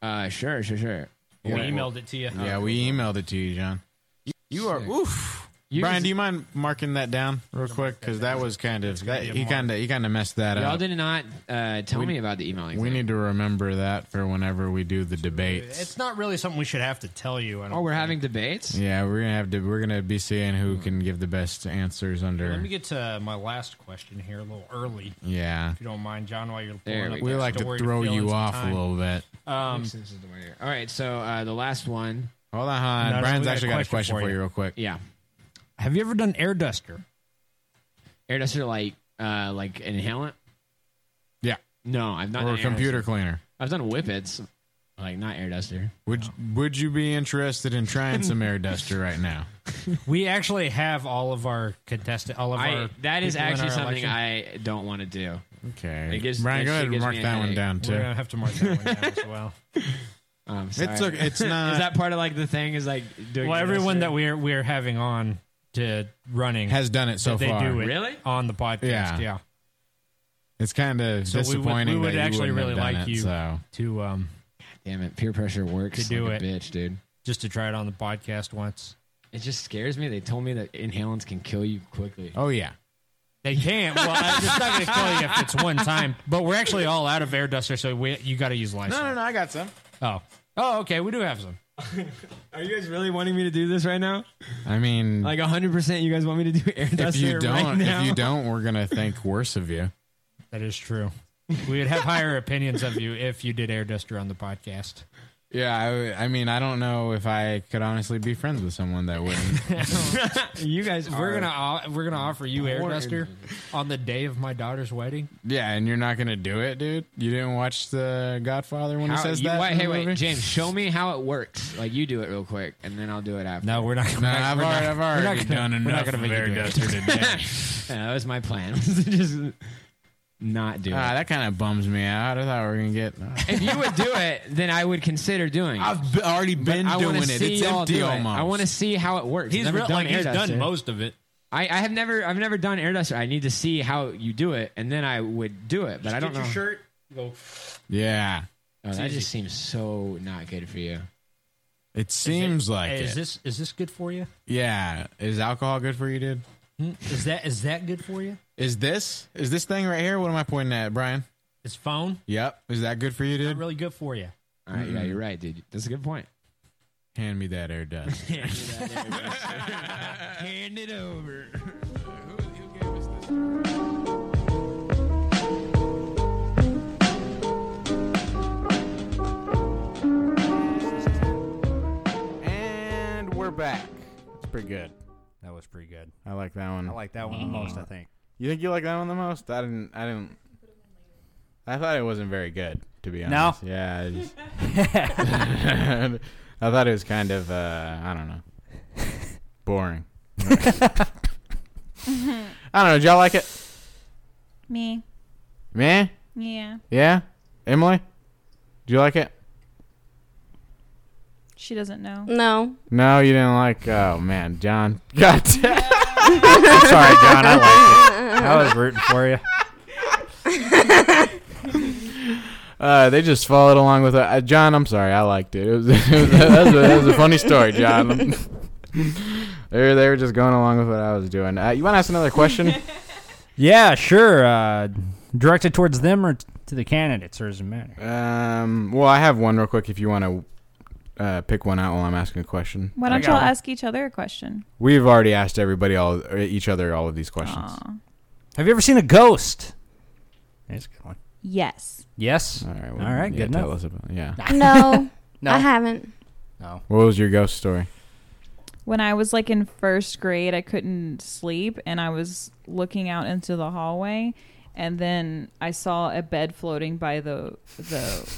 S5: Uh sure, sure, sure.
S1: You
S5: We
S1: got-
S5: emailed it to you.
S1: Yeah,
S5: Oh,
S1: we emailed it to you, John. You are oof.
S5: You
S1: Brian,
S5: just-
S1: do you mind marking that down real quick? Because that was kind of that, he kind of he kind of messed that
S5: Y'all
S1: up.
S5: did not uh, tell
S1: We-
S5: me about the emailing.
S1: We need to remember that for whenever we do the debates.
S7: It's not really something we should have to tell you. I don't
S5: Oh, we're having debates.
S1: Yeah, we're gonna have to. We're gonna be seeing who
S5: Hmm.
S1: can give the best answers
S7: Let
S1: under.
S7: me get to my last question here a little early.
S1: Yeah.
S7: If you don't mind, John, while you're
S5: There
S7: pulling
S5: we go.
S7: up that
S5: We like to
S7: story
S1: throw
S7: fill in
S1: you
S7: some
S1: off a
S7: time.
S1: little bit.
S7: Um,
S5: Makes sense of the way here. All right, so uh, the last one.
S1: Hold on, hold
S5: No,
S1: on.
S5: no,
S1: Brian's
S5: we got a
S1: actually got a
S5: question
S1: question
S5: for
S1: for you,
S5: you.
S1: real quick.
S5: Yeah.
S27: Have you ever done air duster?
S5: Air duster like uh, like an inhalant.
S1: Yeah.
S5: No, I've not.
S1: Or
S5: done
S1: a
S5: air
S1: computer
S5: duster.
S1: cleaner.
S5: I've done whippets, like not air duster.
S1: Would Would you be interested in trying some air duster right now?
S7: We actually have all of our contestant, all of
S5: I,
S7: our.
S5: that is
S7: people in
S5: actually
S7: our
S5: something
S7: election.
S5: I don't want to do.
S1: Okay,
S5: It gives-
S1: Brian,
S5: it
S1: go ahead
S5: gives
S1: and mark
S5: me a
S1: that one
S5: headache.
S1: down too.
S7: We're gonna have to mark that one down as well.
S5: Um,
S1: It's okay. It's not.
S5: is that part of like the thing? Is like doing
S7: Well,
S5: air duster?
S7: everyone that we're we're having on to running
S1: Has done it so
S7: they
S1: far.
S7: Do it
S5: Really?
S7: on the podcast?
S1: Yeah.
S7: Yeah.
S1: It's kind of
S7: So we would-
S1: disappointing.
S7: we would
S1: that you
S7: actually
S1: wouldn't have
S7: really
S1: done
S7: like
S1: it,
S7: you
S1: So.
S7: To um,
S5: damn it, peer pressure works.
S7: To do
S5: like a
S7: it.
S5: bitch, dude.
S7: just to try it on the podcast once.
S5: It just scares me. They told me that inhalants can kill you quickly.
S1: Oh yeah.
S7: They can't. Well, I'm just not gonna tell you if it's one time. But we're actually all out of air duster, so we you got to use Lysol.
S1: no, I got some.
S7: Oh, oh, okay, we do have some.
S5: Are you guys really wanting me to do this right now?
S1: I mean,
S5: Like 100%, you guys want me to do air
S1: if
S5: duster
S1: you don't,
S5: right now?
S1: if you don't, we're gonna think worse of you.
S7: That is true. We would have higher opinions of you if you did air duster on the podcast.
S1: Yeah, I, I mean, I don't know if I could honestly be friends with someone that wouldn't.
S5: you guys,
S7: we're gonna o- we're gonna offer you air
S5: Or-
S7: duster on the day of my daughter's wedding.
S1: yeah, and you're not gonna do it, dude. You didn't watch The Godfather when he
S5: How-
S1: says
S5: you-
S1: that.
S5: wait,
S1: in the
S5: hey, wait,
S1: movie?
S5: James, show me how it works. Like you do it real quick, and then I'll do it after.
S7: No, we're not.
S1: No, I've
S5: we're
S1: already,
S5: not-
S1: I've
S5: we're
S1: already
S5: not gonna-
S1: done
S5: we're
S1: enough
S5: not gonna
S1: of
S5: make you
S1: air
S5: do it.
S1: duster today.
S5: Yeah, that was my plan. was to just not do
S1: Ah, that kind of bums me out. I thought we were gonna get.
S5: it. If you would do it, then I would consider doing it.
S1: I've b- already
S5: But
S1: been
S5: I wanna
S1: doing it.
S5: see
S1: It's
S5: y'all
S1: empty
S5: do it.
S1: almost.
S5: I want to see how it works. I've never done air duster.
S7: of it.
S5: I, I have never, I've never done air duster. I need to see how you do it, and then I would do it. But I don't know.
S7: shirt. Go.
S1: Yeah,
S5: Oh, that just seems so not good for you.
S1: it seems like
S7: Is
S1: it.
S7: this is this good for you?
S1: yeah, is alcohol good for you, dude?
S7: Hmm? Is that is that good for you?
S1: Is this is this thing right here? What am I pointing at, Brian?
S7: His phone
S1: Yep. Is that good for you, dude?
S7: really good for you.
S5: All right, yeah, you're right, dude. That's a good point.
S1: Hand me that air dust.
S5: Hand it over.
S28: And we're back. It's pretty good.
S7: That was pretty good.
S28: I like that one.
S7: I like that one the most. I think.
S28: You think you like that one the most? I didn't. I didn't. I thought it wasn't very good.
S1: to be
S21: No?
S1: honest. Yeah. I, just- I thought it was kind of uh, I don't know, boring. I don't know. Did y'all like it?
S2: Me.
S1: Meh.
S2: Yeah.
S1: Yeah. Emily, do you like it?
S2: She doesn't know.
S3: No.
S1: No, you didn't like. Oh man, John. God. damn. I'm sorry, John. I liked it.
S21: I was rooting
S1: for you. Uh, they just followed along with it. Uh, John, I'm sorry, I liked it. It was, it was, that, was a, that was a funny story, John. they, were, they were just going along with what I was doing. Uh, you want to ask another question?
S21: Yeah, sure. Uh, directed towards them or t- to the candidates, or does it matter?
S1: um, well, I have one real quick. If you want to uh, pick one out while I'm asking a question,
S2: Why don't y'all ask each other a question?
S1: We've already asked everybody all or each other all of these questions.
S21: Have you ever seen a ghost? That's a good one.
S2: Yes.
S21: Yes.
S1: All right.
S21: All right.
S1: yeah,
S21: Good
S1: tell
S21: enough.
S1: us about- yeah.
S3: No.
S21: No.
S3: I haven't.
S21: No.
S1: What was your ghost story?
S2: When I was like in first grade, I couldn't sleep and I was looking out into the hallway and then I saw a bed floating by the the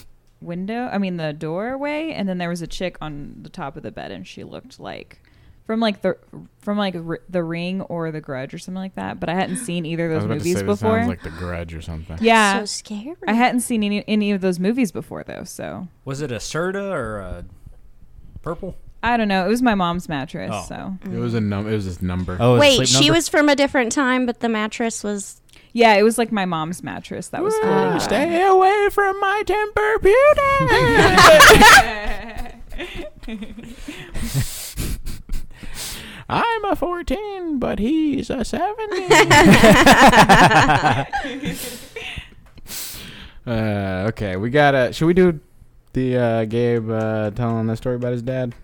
S2: window, I mean the doorway, and then there was a chick on the top of the bed and she looked like from like the from like r- the ring or the grudge or something like that, but I hadn't seen either
S1: I
S2: of
S1: was
S2: those
S1: about
S2: movies
S1: to say this
S2: before.
S1: sounds like The Grudge or something.
S2: yeah.
S3: So scary.
S2: I hadn't seen any any of those movies before though, so
S21: Was it a Serta or a purple?
S2: I don't know. It was my mom's mattress, so
S1: Oh. It was a num. It was this number.
S21: Oh,
S3: Mm. Wait, she was from a different time, but the mattress was. Ah.
S2: Yeah, it was like my mom's mattress that was floating. around.
S1: Stay away from my temper beauty. I'm a 14, but he's a 17. uh, okay, we gotta. Should we do the uh, Gabe uh, telling the story about his dad?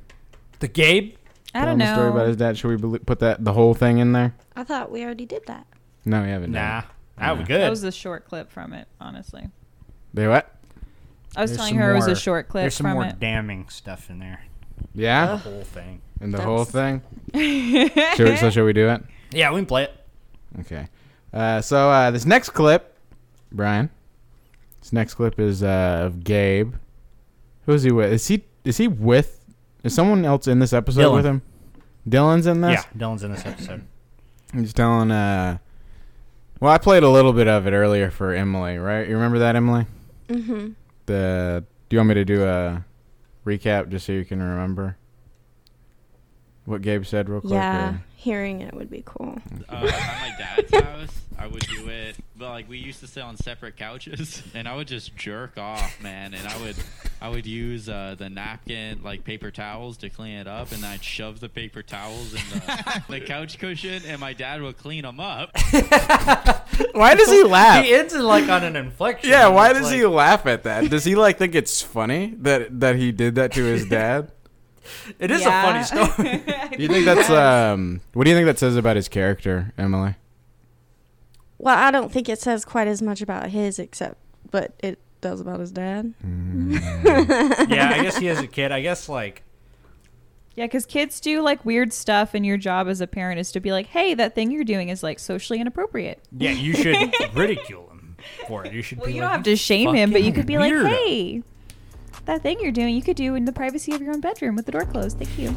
S21: The Gabe?
S2: I
S1: telling
S2: don't
S1: the story about
S2: know.
S1: his dad. Should we bel- put that the whole thing in there?
S3: I thought we already did that.
S1: No, we haven't.
S21: Nah.
S1: Ah, that
S21: would
S2: That was a short clip from it, honestly.
S1: They what?
S2: I was
S21: There's
S2: telling
S21: some
S2: her it was a
S21: more-
S2: short clip
S21: There's some
S2: from
S21: more
S2: it.
S21: damning stuff in there.
S1: Yeah.
S21: The whole thing.
S1: And the whole thing. Should we- so should we do it?
S21: Yeah, we can play it.
S1: Okay. Uh, so uh, this next clip, Brian. This next clip is uh, of Gabe. Who is he with? Is he is he with? Is someone else in this episode
S21: Dylan.
S1: with him? Dylan's in this.
S21: Yeah, Dylan's in this episode.
S1: He's telling. Uh, well, I played a little bit of it earlier for Emily, right? You remember that, Emily?
S3: Mm-hmm.
S1: The. Do you want me to do a recap just so you can remember what Gabe said real quick?
S3: Yeah,
S1: or-
S3: hearing it would be cool.
S6: uh, at my dad's house, I would do it. But like we used to sit on separate couches, and I would just jerk off, man. And I would, I would use uh, the napkin, like paper towels, to clean it up, and I'd shove the paper towels in the, the couch cushion, and my dad would clean them up.
S1: Why does he laugh?
S21: He ends it like on an inflection.
S1: Yeah, why
S21: It's
S1: does
S21: like-
S1: he laugh at that? Does he like think it's funny that that he did that to his dad?
S21: It is
S2: Yeah.
S21: a funny story.
S1: do you think that's um what do you think that says about his character, Emily?
S3: Well, I don't think it says quite as much about his, except, but it does about his dad.
S1: Mm.
S21: yeah, I guess he is a kid. I guess like
S2: Yeah, because kids do like weird stuff, and your job as a parent is to be like, "Hey, that thing you're doing is like socially inappropriate."
S21: yeah, you should ridicule him for it. You should.
S2: Well,
S21: be
S2: you
S21: like,
S2: don't have to shame him, but you could be
S21: weirdo."
S2: like, "Hey, that thing you're doing, you could do in the privacy of your own bedroom with the door closed." Thank you.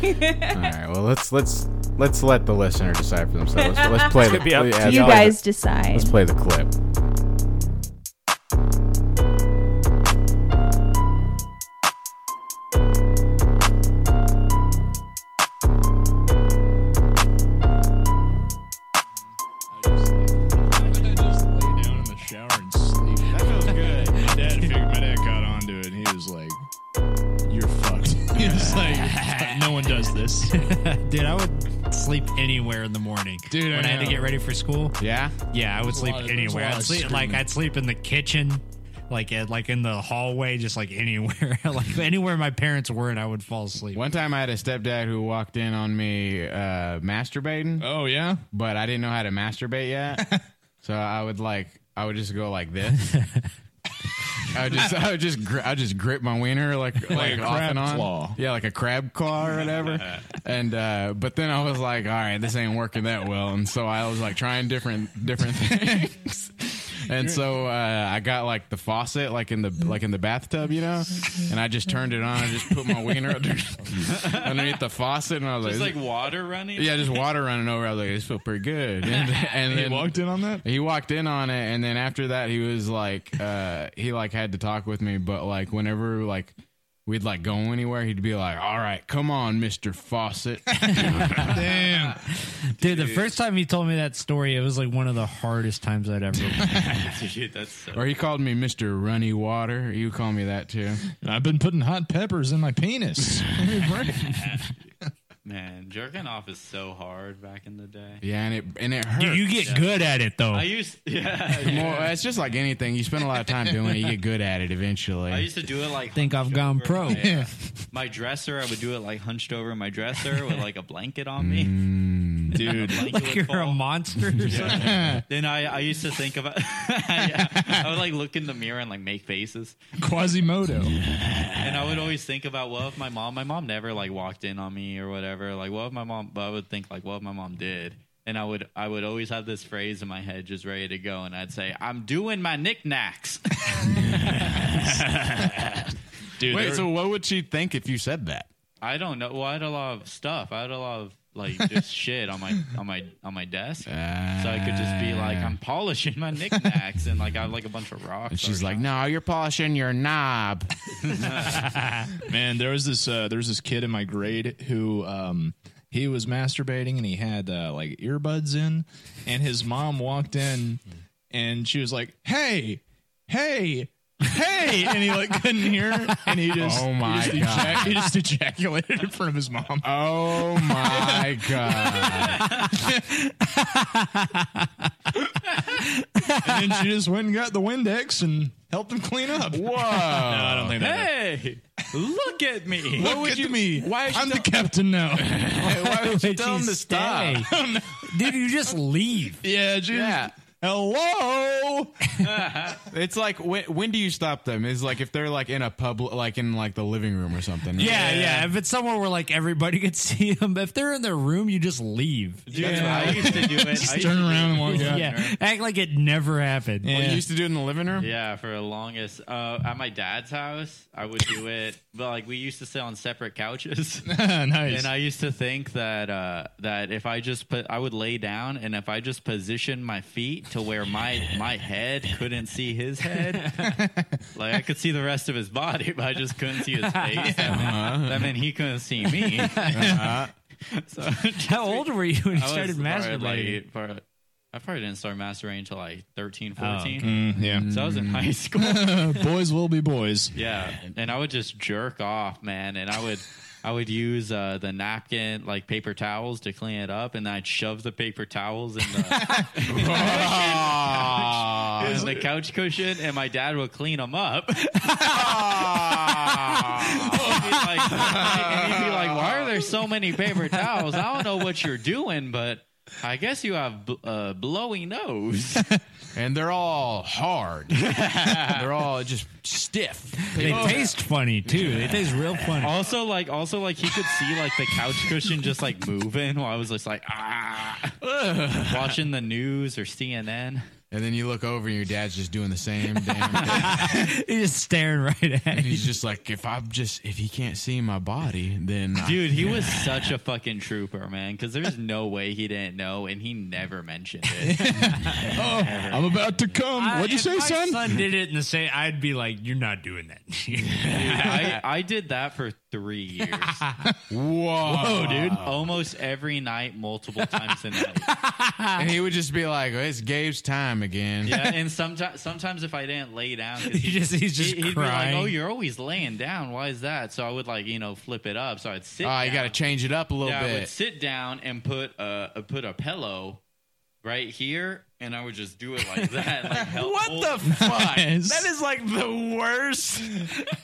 S1: All right, well let's let's let's let the listener decide for themselves. Let's, let's play
S2: It's
S1: the
S2: gonna be up
S1: yeah,
S2: to
S1: let's
S2: you
S1: play the-
S2: guys decide.
S1: Let's play the clip.
S16: down in the shower and sleep. That feels good. my dad figured my dad caught on to it and he was like, You're fucked. He was like, No one does this.
S7: Dude, I would sleep anywhere in the morning.
S16: Dude, I
S7: when I, had to
S16: know.
S7: get ready for school.
S16: Yeah?
S7: Yeah, I would
S16: There's a
S7: sleep
S16: lot of- there's a
S7: anywhere.
S16: lot
S7: I'd
S16: of
S7: sleep like
S16: screaming.
S7: I'd sleep in the kitchen, like at, like in the hallway, just like anywhere, like anywhere my parents were, and I would fall asleep.
S1: One time I had a stepdad who walked in on me uh, masturbating.
S16: Oh yeah,
S1: but I didn't know how to masturbate yet, so I would like I would just go like this. I would just I would just gri- I would just grip my wiener like
S16: Like
S1: like,
S16: a
S1: off
S16: crab
S1: and on.
S16: claw.
S1: Yeah, like a crab claw or whatever. and uh, but then I was like, all right, this ain't working that well, and so I was like trying different different things. and so uh, I got like the faucet, like in the like in the bathtub, you know, and I just turned it on. I just put my wiener under, underneath the faucet, and I was
S6: Just
S1: like,
S6: like water running.
S1: yeah, just water running over. I was like, this felt pretty good. And, and
S6: He
S1: then
S6: walked
S1: in on that. He walked in on it, and then after that, he was like, uh, he like had to talk with me, but like whenever like. We'd like go anywhere. He'd be like, "All right, come on, Mister Fawcett."
S7: Damn. Dude, the first time he told me that story, it was like one of the hardest times I'd ever.
S6: Dude, that's so
S1: Or he called me Mister Runny Water. You call me that too.
S16: I've been putting hot peppers in my penis.
S6: man. Jerking off is so hard back in the day.
S1: Yeah, and it and it hurts.
S6: Dude, you get good at it, though. I used- yeah, yeah.
S1: More, it's just like anything. You spend a lot of time doing it, you get good at it eventually.
S6: I used to do it like
S7: Think I've gone pro.
S6: Yeah. my dresser. I would do it like hunched over my dresser with like a blanket on me.
S1: Mm.
S7: dude. Like you're a monster or
S6: Yeah. then I, I used to think about yeah. I would like look in the mirror and like make faces.
S16: Quasimodo.
S6: And I would always think about what if my mom my mom never like walked in on me or whatever. Like what if my mom but I would think like what if my mom did? And I would I would always have this phrase in my head just ready to go and I'd say, I'm doing my knickknacks.
S1: Dude, Wait, so what would she think if you said that?
S6: I don't know. Well, I had a lot of stuff. I had a lot of like just shit on my on my on my desk. so I could just be like, I'm polishing my knickknacks and like I have like a bunch of rocks.
S1: Ah. And she's like, "No, you're polishing your knob."
S16: Man, there was this uh, there was this kid in my grade who um, he was masturbating and he had uh, like earbuds in, and his mom walked in and she was like, "Hey, hey." Hey, and he like couldn't hear, and he just
S1: Oh my
S16: he just,
S1: God.
S16: ejac- he just ejaculated in front of his mom.
S1: Oh my god!
S16: and then she just went and got the Windex and helped him clean up. Whoa! No, I don't think that.
S6: Hey, look at me.
S16: What would you me? Why I'm the captain now.
S1: Why
S7: would you tell him to stop? Dude, you just leave.
S16: Oh, Yeah, dude.
S1: Yeah.
S6: Oh,
S16: Hello.
S1: it's like when, when do you stop them? Is like if they're like in a public, like in like the living room or something.
S7: Yeah, yeah. If it's somewhere where like everybody could see them, if they're in their room, you just leave.
S6: yeah. I used to do it. I used to do it.
S7: Yeah, act like it never happened.
S6: Well, you Yeah. used
S1: to do it in the living room.
S6: Yeah, for the longest. Uh, at my dad's house, I would do it, but like we used to sit on separate couches.
S16: Nice.
S6: And I used to think that uh, that if I just put, I would lay down, and if I just positioned my feet to where my my head couldn't see his head, like I could see the rest of his body, but I just couldn't see his face. That,
S16: Uh-huh.
S6: meant, that meant he couldn't see me.
S7: Uh-huh.
S6: So
S7: How old were you when you
S6: I was
S7: started
S6: probably,
S7: masturbating?
S6: like, probably- I probably didn't start masturbating until like 13,
S16: Oh,
S6: 14.
S16: mm, yeah.
S6: So I was in high school.
S16: boys will be boys.
S6: Yeah, and I would just jerk off, man, and I would I would use uh, the napkin like paper towels to clean it up, and I'd shove the paper towels in the, in the couch, in the couch cushion, and my dad would clean them up. He'd be like- and he'd be like, "Why are there so many paper towels? I don't know what you're doing, but." I guess you have bl- uh, blowy nose,
S1: and they're all hard. they're all just stiff. Oh,
S7: They taste funny too. They taste real funny.
S6: Also, like, also, like, he could see like the couch cushion just like moving while I was just like ah, watching the news or CNN.
S1: And then you look over and your dad's just doing the same damn
S7: thing. he's just staring right at
S1: you. He's just like, if I'm just, if he can't see my body, then. I-
S6: Dude, he was such a fucking trooper, man. Because there's no way he didn't know, and he never mentioned it.
S16: Oh, I'm about to come. What'd you
S6: if
S16: say,
S6: my
S16: son?
S6: son
S7: did it in the same. I'd be like, you're not doing that.
S6: I, I did that for three years.
S1: Whoa.
S16: Whoa, dude.
S6: Almost every night, multiple times a night.
S1: and he would just be like, "Oh, it's Gabe's time again.
S6: Yeah, and sometimes sometimes if I didn't lay down, 'cause
S1: He just- he's just
S6: he- he'd be
S1: crying.
S6: like, "Oh, you're always laying down. Why is that?" So I would like you know flip it up. So I'd sit.
S1: Oh, you
S6: down.
S1: got to change it up a little
S6: yeah, I would
S1: bit.
S6: sit down and put a uh, put a pillow right here, and I would just do it like that. like help
S1: What
S6: hold-
S1: the fuck?
S16: Nice.
S1: That is like the worst.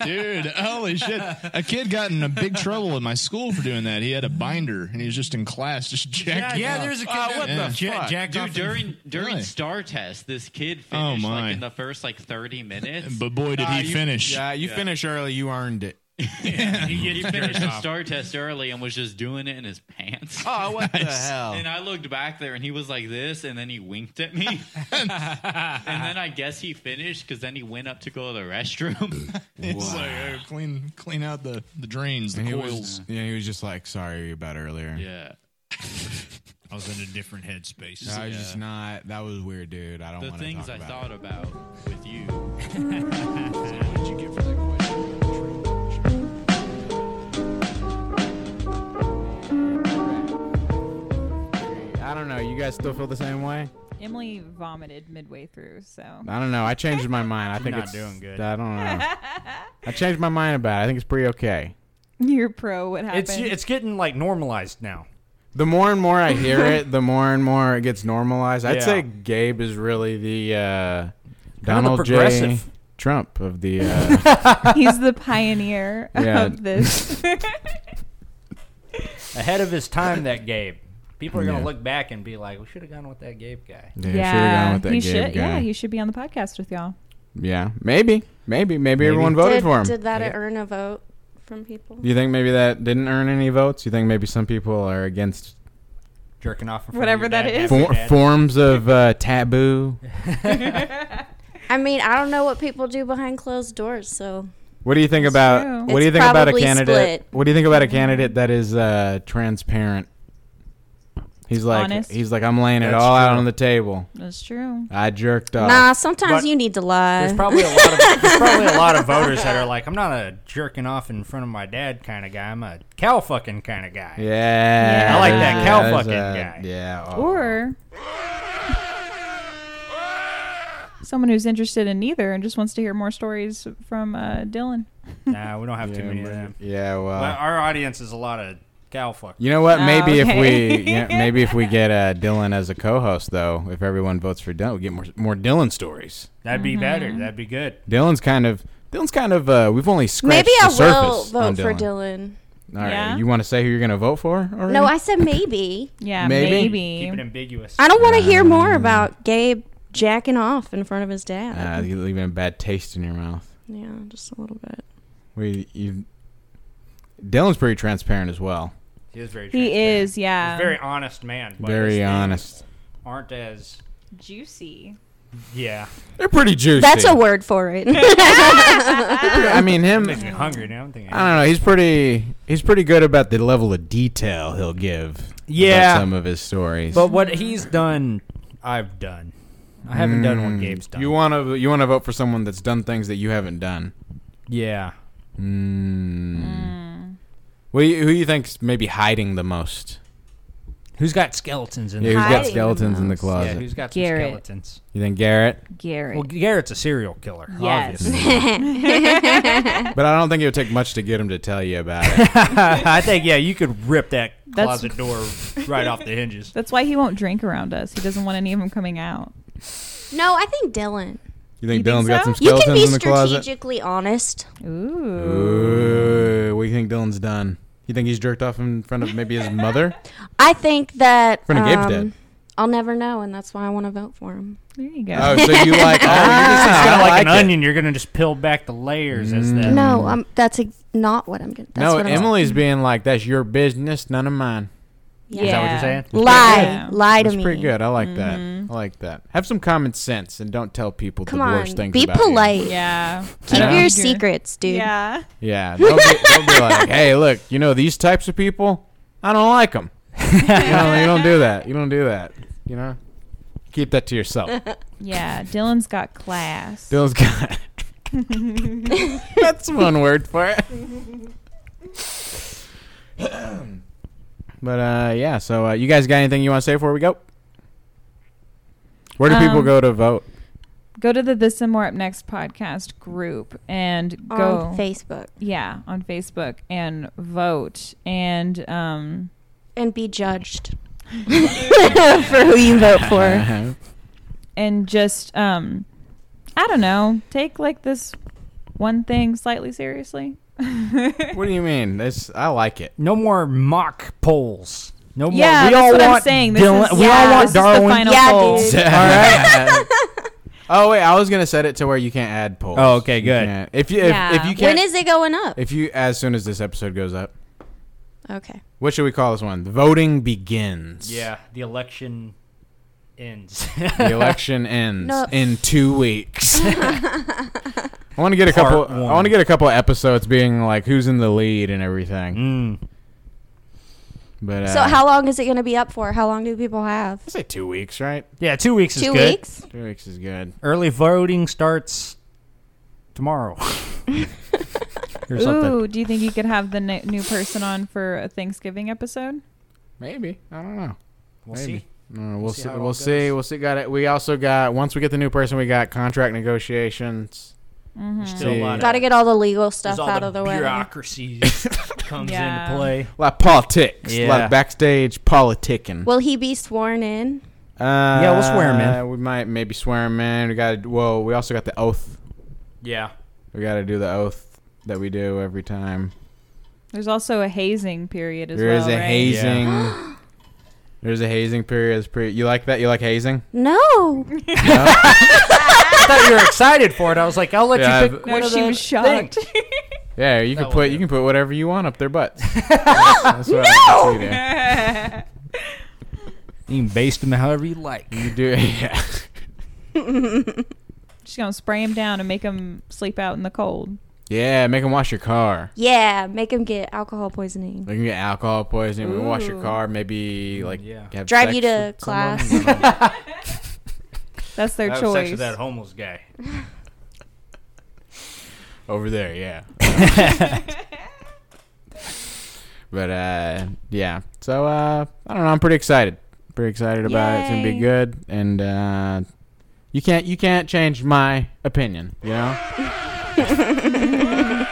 S16: Dude, holy shit. A kid got in a big trouble in my school for doing that. He had a binder and he was just in class just jacking
S6: yeah,
S16: off.
S6: there's a kid
S1: Uh,
S16: Ah,
S6: that-
S16: what the fuck?
S6: dude? During during
S16: Really?
S6: star test, this kid
S16: Oh,
S6: finished
S16: my.
S6: like in the first like thirty minutes.
S16: But boy, did
S1: Nah,
S16: he
S1: you-
S16: finish.
S1: Yeah, you
S6: Yeah.
S1: finish early. You earned it.
S6: he,
S29: gets
S6: finished
S29: jerked
S6: the
S29: off.
S6: star test early and was just doing it in his pants.
S29: Oh, what the hell?
S6: And I looked back there, and he was like this, and then he winked at me. and then I guess he finished because then he went up to go to the restroom.
S16: It's like uh, clean clean out the the drains, the
S30: And he was-
S16: coils.
S30: yeah, he was just like, "Sorry about earlier."
S6: Yeah.
S16: I was in a different headspace.
S30: I was just not. That was weird, dude. I don't
S6: the
S30: want to
S6: things
S30: talk
S6: I
S30: about.
S6: thought about with you.
S1: I don't know. You guys still feel the same way?
S2: Emily vomited midway through, so
S1: I don't know. I changed my mind. I
S2: You're
S1: think
S2: not
S1: it's
S2: doing good.
S1: I don't know. I changed my mind about it. I think it's pretty okay.
S2: you're pro. What happened?
S7: It's it's getting like normalized now.
S1: The more and more I hear it, the more and more it gets normalized. I'd
S7: Yeah.
S1: say Gabe is really the uh,
S7: the
S1: Donald J.
S7: progressive.
S1: Trump of the. Uh,
S2: He's the pioneer
S1: Yeah.
S2: of this.
S7: Ahead of his time, that Gabe. People are gonna
S1: Yeah.
S7: look back and be like, "We should have gone with that Gabe guy."
S1: Yeah, he should've gone with that
S2: he
S1: Gabe
S2: should. Yeah,
S1: guy.
S2: he should be on the podcast with y'all.
S1: yeah, maybe, maybe, maybe, everyone voted
S3: did,
S1: for him.
S3: Did that earn a vote from people?
S1: You think maybe that didn't earn any votes? You think maybe some people are against
S7: Jerking off. In
S3: Whatever
S7: front of
S3: that
S7: your dad,
S3: is.
S7: having your
S1: for-
S7: dad.
S1: forms of uh, taboo?
S3: I mean, I don't know what people do behind closed doors, so
S1: What do you think about
S3: true.
S1: what do you
S3: It's
S1: think about a
S3: probably
S1: candidate?
S3: split.
S1: What do you think about a candidate that is uh, transparent? He's like
S2: Honest.
S1: he's like I'm laying it
S2: That's
S1: all out
S2: true.
S1: on the table.
S2: That's true.
S1: I jerked off.
S3: nah. Sometimes
S7: But
S3: you need to lie.
S7: There's probably a lot of there's probably a lot of voters that are like, I'm not a jerking off in front of my dad kind of guy. I'm a cow fucking kind of guy.
S1: Yeah,
S7: I like that
S1: there's-
S7: cow
S1: there's
S7: fucking
S1: a-
S7: guy.
S1: Yeah. oh.
S2: Or someone who's interested in neither and just wants to hear more stories from uh, Dylan.
S7: Nah, we don't have too
S1: Yeah,
S7: many of
S1: but-
S7: them.
S1: yeah, well-
S7: But our audience is a lot of cow fucking.
S1: You know what?
S7: Oh,
S1: Maybe
S7: okay.
S1: if we yeah, maybe if we get uh, Dylan as a co-host though, if everyone votes for Dylan, we get more more Dylan stories.
S7: That'd be better. That'd be good.
S1: Dylan's kind of Dylan's kind of uh, we've only scratched
S3: Maybe
S1: the
S3: I will
S1: surface on
S3: vote for
S1: Dylan.
S3: Dylan.
S1: All right,
S3: Yeah.
S1: you want to say who you're going to vote for? Already?
S3: No, I said maybe.
S2: yeah,
S1: Maybe.
S7: Keep it ambiguous.
S3: I don't want to hear more about Gabe jacking off in front of his dad.
S1: Uh, you're leaving a bad taste in your mouth.
S3: yeah, just a little bit.
S1: We you. Dylan's pretty transparent as well.
S7: He is very.
S2: He
S7: transparent.
S2: is, yeah.
S7: He's a very honest man. but his
S1: Very
S7: things
S1: honest.
S7: Aren't as
S2: Juicy.
S7: yeah.
S1: They're pretty juicy.
S3: That's a word for it.
S1: I mean him.
S7: Makes me hungry now. I'm thinking.
S1: I don't know. He's pretty. He's pretty good about the level of detail he'll give. about
S7: Yeah.
S1: some of his stories.
S7: But what he's done, I've done. I haven't done what
S1: Mm.
S7: Gabe's done.
S1: You want to you want to vote for someone that's done things that you haven't done.
S7: Yeah.
S3: Hmm.
S1: Mm. What do you, who you think's maybe hiding the most?
S7: Who's got skeletons in?
S1: Yeah,
S7: the
S1: who's got
S7: closet?
S1: skeletons in the
S7: Yeah,
S1: closet?
S7: who's got some
S2: Garrett.
S7: skeletons?
S1: You think Garrett?
S2: Garrett.
S7: Well, Garrett's a serial killer.
S2: Yes.
S7: Obviously.
S1: But I don't think it would take much to get him to tell you about it.
S7: I think yeah, you could rip that
S2: That's-
S7: closet door right off the hinges.
S2: That's why he won't drink around us. He doesn't want any of them coming out.
S3: no, Oh, I think Dylan.
S1: You think Dylan's got some
S3: You
S1: skeletons
S3: can be
S1: in the closet?
S3: strategically honest.
S2: Ooh.
S1: Ooh, what do you think Dylan's done? You think he's jerked off in front of maybe his mother?
S3: I think that
S1: Friend of Gabe's
S3: um,
S1: dead.
S3: I'll never know, and that's why I want to vote for him.
S2: There you go.
S1: Oh, so you like? Oh,
S7: It's
S1: ah,
S7: kind
S1: I
S7: of like, an
S1: it.
S7: onion. You're gonna just peel back the layers as
S1: Hmm.
S7: that.
S3: No, um, that's a, not what I'm gonna. That's
S1: No,
S3: what I'm
S1: Emily's being like, "That's your business, none of mine."
S3: Is that what you're saying?
S1: That's pretty
S3: Lie.
S1: good.
S3: Lie to
S1: That's pretty
S3: me. Mm-hmm.
S1: good. I like that. I like that. Have some common sense and don't tell people
S3: Come
S1: the
S3: on,
S1: worst things
S3: be
S1: about
S3: polite.
S2: Yeah.
S3: Keep
S1: Yeah.
S3: your secrets, dude.
S2: Yeah.
S1: you. Yeah, don't be, don't be like, "Hey, look, you know these types of people, I don't like them." you, don't, you don't do that. You don't do that. You know, keep that to yourself.
S2: Yeah, Dylan's got class.
S1: Dylan's got. That's one word for it. But uh, yeah, so uh, you guys got anything you want to say before we go? Where do people
S2: Um,
S1: go to vote?
S2: go to the This and More Up Next podcast group and
S3: On
S2: go
S3: Facebook.
S2: Yeah, on Facebook and vote and um
S3: and be judged for who you vote for.
S2: and just um I don't know, take like this one thing slightly seriously.
S1: what do you mean? This I like it.
S7: No more mock polls. No more.
S2: Yeah,
S7: we
S2: that's
S7: all
S2: what I'm
S7: want
S2: saying. This
S7: Dylan-
S2: is-
S7: we
S2: yeah,
S7: all
S2: this
S7: want
S2: is the
S7: Darwin.
S2: final Yeah, poll. dude.
S7: All right.
S1: Oh wait, I was gonna set it to where you can't add polls.
S21: Oh, okay,
S1: You
S21: good.
S1: can't. If you if,
S3: Yeah.
S1: if you
S3: When
S1: can't,
S3: is it going up?
S1: If you as soon as this episode goes up,
S3: Okay.
S1: what should we call this one? The voting begins.
S31: Yeah, the election ends.
S1: The election ends
S31: No.
S1: in two weeks. I want to get a couple.
S31: Part
S1: I
S31: one.
S1: want to get a couple episodes being like who's in the lead and everything.
S31: Mm.
S1: But uh,
S3: So how long is it going to be up for? How long do people have?
S1: I say two weeks, right?
S21: Yeah, two weeks is
S3: Two
S21: good.
S3: weeks?
S1: Two weeks is good.
S21: Early voting starts tomorrow. or something.
S2: Ooh, do you think you could have the n- new person on for a Thanksgiving episode?
S1: Maybe I don't know.
S31: We'll
S1: Maybe.
S31: see.
S1: No, we'll
S31: see
S1: see.
S31: how it
S1: We'll
S31: all
S1: see. We'll see. Got it. We also got once we get the new person, we got contract negotiations.
S3: Mhm.
S31: Still a lot
S1: See.
S3: Got to get all the legal stuff
S31: There's all
S3: out of the way.
S31: bureaucracy comes
S3: Yeah.
S31: into play.
S1: A lot of politics. A lot
S31: Yeah.
S1: of backstage politicking.
S3: Will he be sworn in?
S1: Uh,
S21: Yeah, we'll swear him in.
S1: We might maybe swear him in. We got. Whoa. We also got the oath.
S31: Yeah.
S1: We got to do the oath that we do every time.
S2: There's also a hazing period as
S1: There
S2: well.
S1: is a
S2: right?
S1: hazing. There's a hazing period. It's pretty. You like that? You like hazing?
S3: No.
S21: I thought you were excited for it. I was like, I'll let
S1: Yeah,
S21: you pick
S1: I've- No,
S21: one of
S2: she
S21: the
S2: was shocked.
S21: things.
S1: Yeah, you can put you can put whatever you want up their butts. That's
S21: No!
S1: what I like to do.
S21: You can baste them however you like.
S1: You do, yeah.
S2: She's gonna spray him down and make him sleep out in the cold.
S1: Yeah, make them wash your car.
S3: Yeah, make him get alcohol poisoning.
S1: They can get alcohol poisoning. We can wash your
S3: Ooh.
S1: car. Maybe like have
S3: Drive
S1: sex
S3: you to
S1: with someone.
S3: class.
S2: That's their
S31: Have
S2: choice.
S31: sex with that homeless guy.
S1: over there. Yeah. but uh, yeah. So uh, I don't know. I'm pretty excited. Pretty excited about it. It's gonna be
S2: Yay.
S1: good. And uh, you can't you can't change my opinion. You know.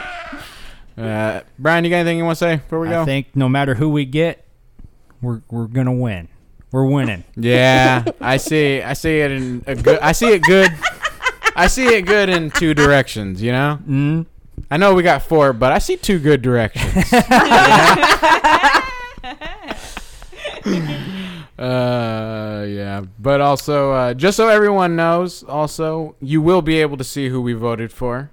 S1: uh, Brian, you got anything you want to say before we go?
S21: I think no matter who we get, we're we're gonna win. We're winning.
S1: Yeah, I see. I see it in a good. I see it good. I see it good in two directions. You know. Mm. I know we got four, but I see two good directions. uh, yeah. But also, uh, just so everyone knows, also you will be able to see who we voted for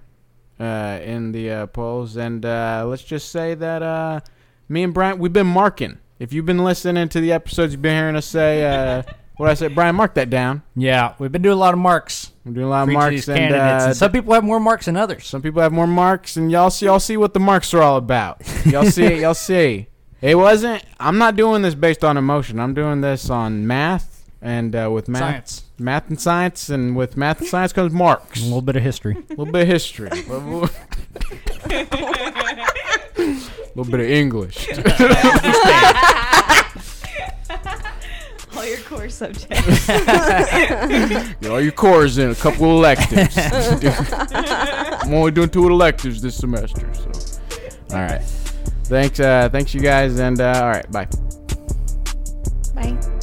S1: uh, in the uh, polls, and uh, let's just say that uh, me and Brian, we've been marking. If you've been listening to the episodes, you've been hearing us say uh, what I said. Brian, mark that down.
S21: Yeah, we've been doing a lot of marks.
S1: We're doing a lot
S21: for
S1: of
S21: each
S1: marks
S21: these
S1: and,
S21: candidates,
S1: uh,
S21: and some people have more marks than others.
S1: Some people have more marks, and y'all see, y'all see what the marks are all about. Y'all see, y'all see. It wasn't. I'm not doing this based on emotion. I'm doing this on math and uh, with math,
S21: Science.
S1: math and science, and with math and science comes marks. A
S21: little bit of history. A
S1: little bit of history. A little, little bit of English.
S2: All your core subjects.
S1: Get all your cores in a couple electives. I'm only doing two electives this semester. So, all right. Thanks, uh, thanks you guys, and uh, all right, bye.
S3: Bye.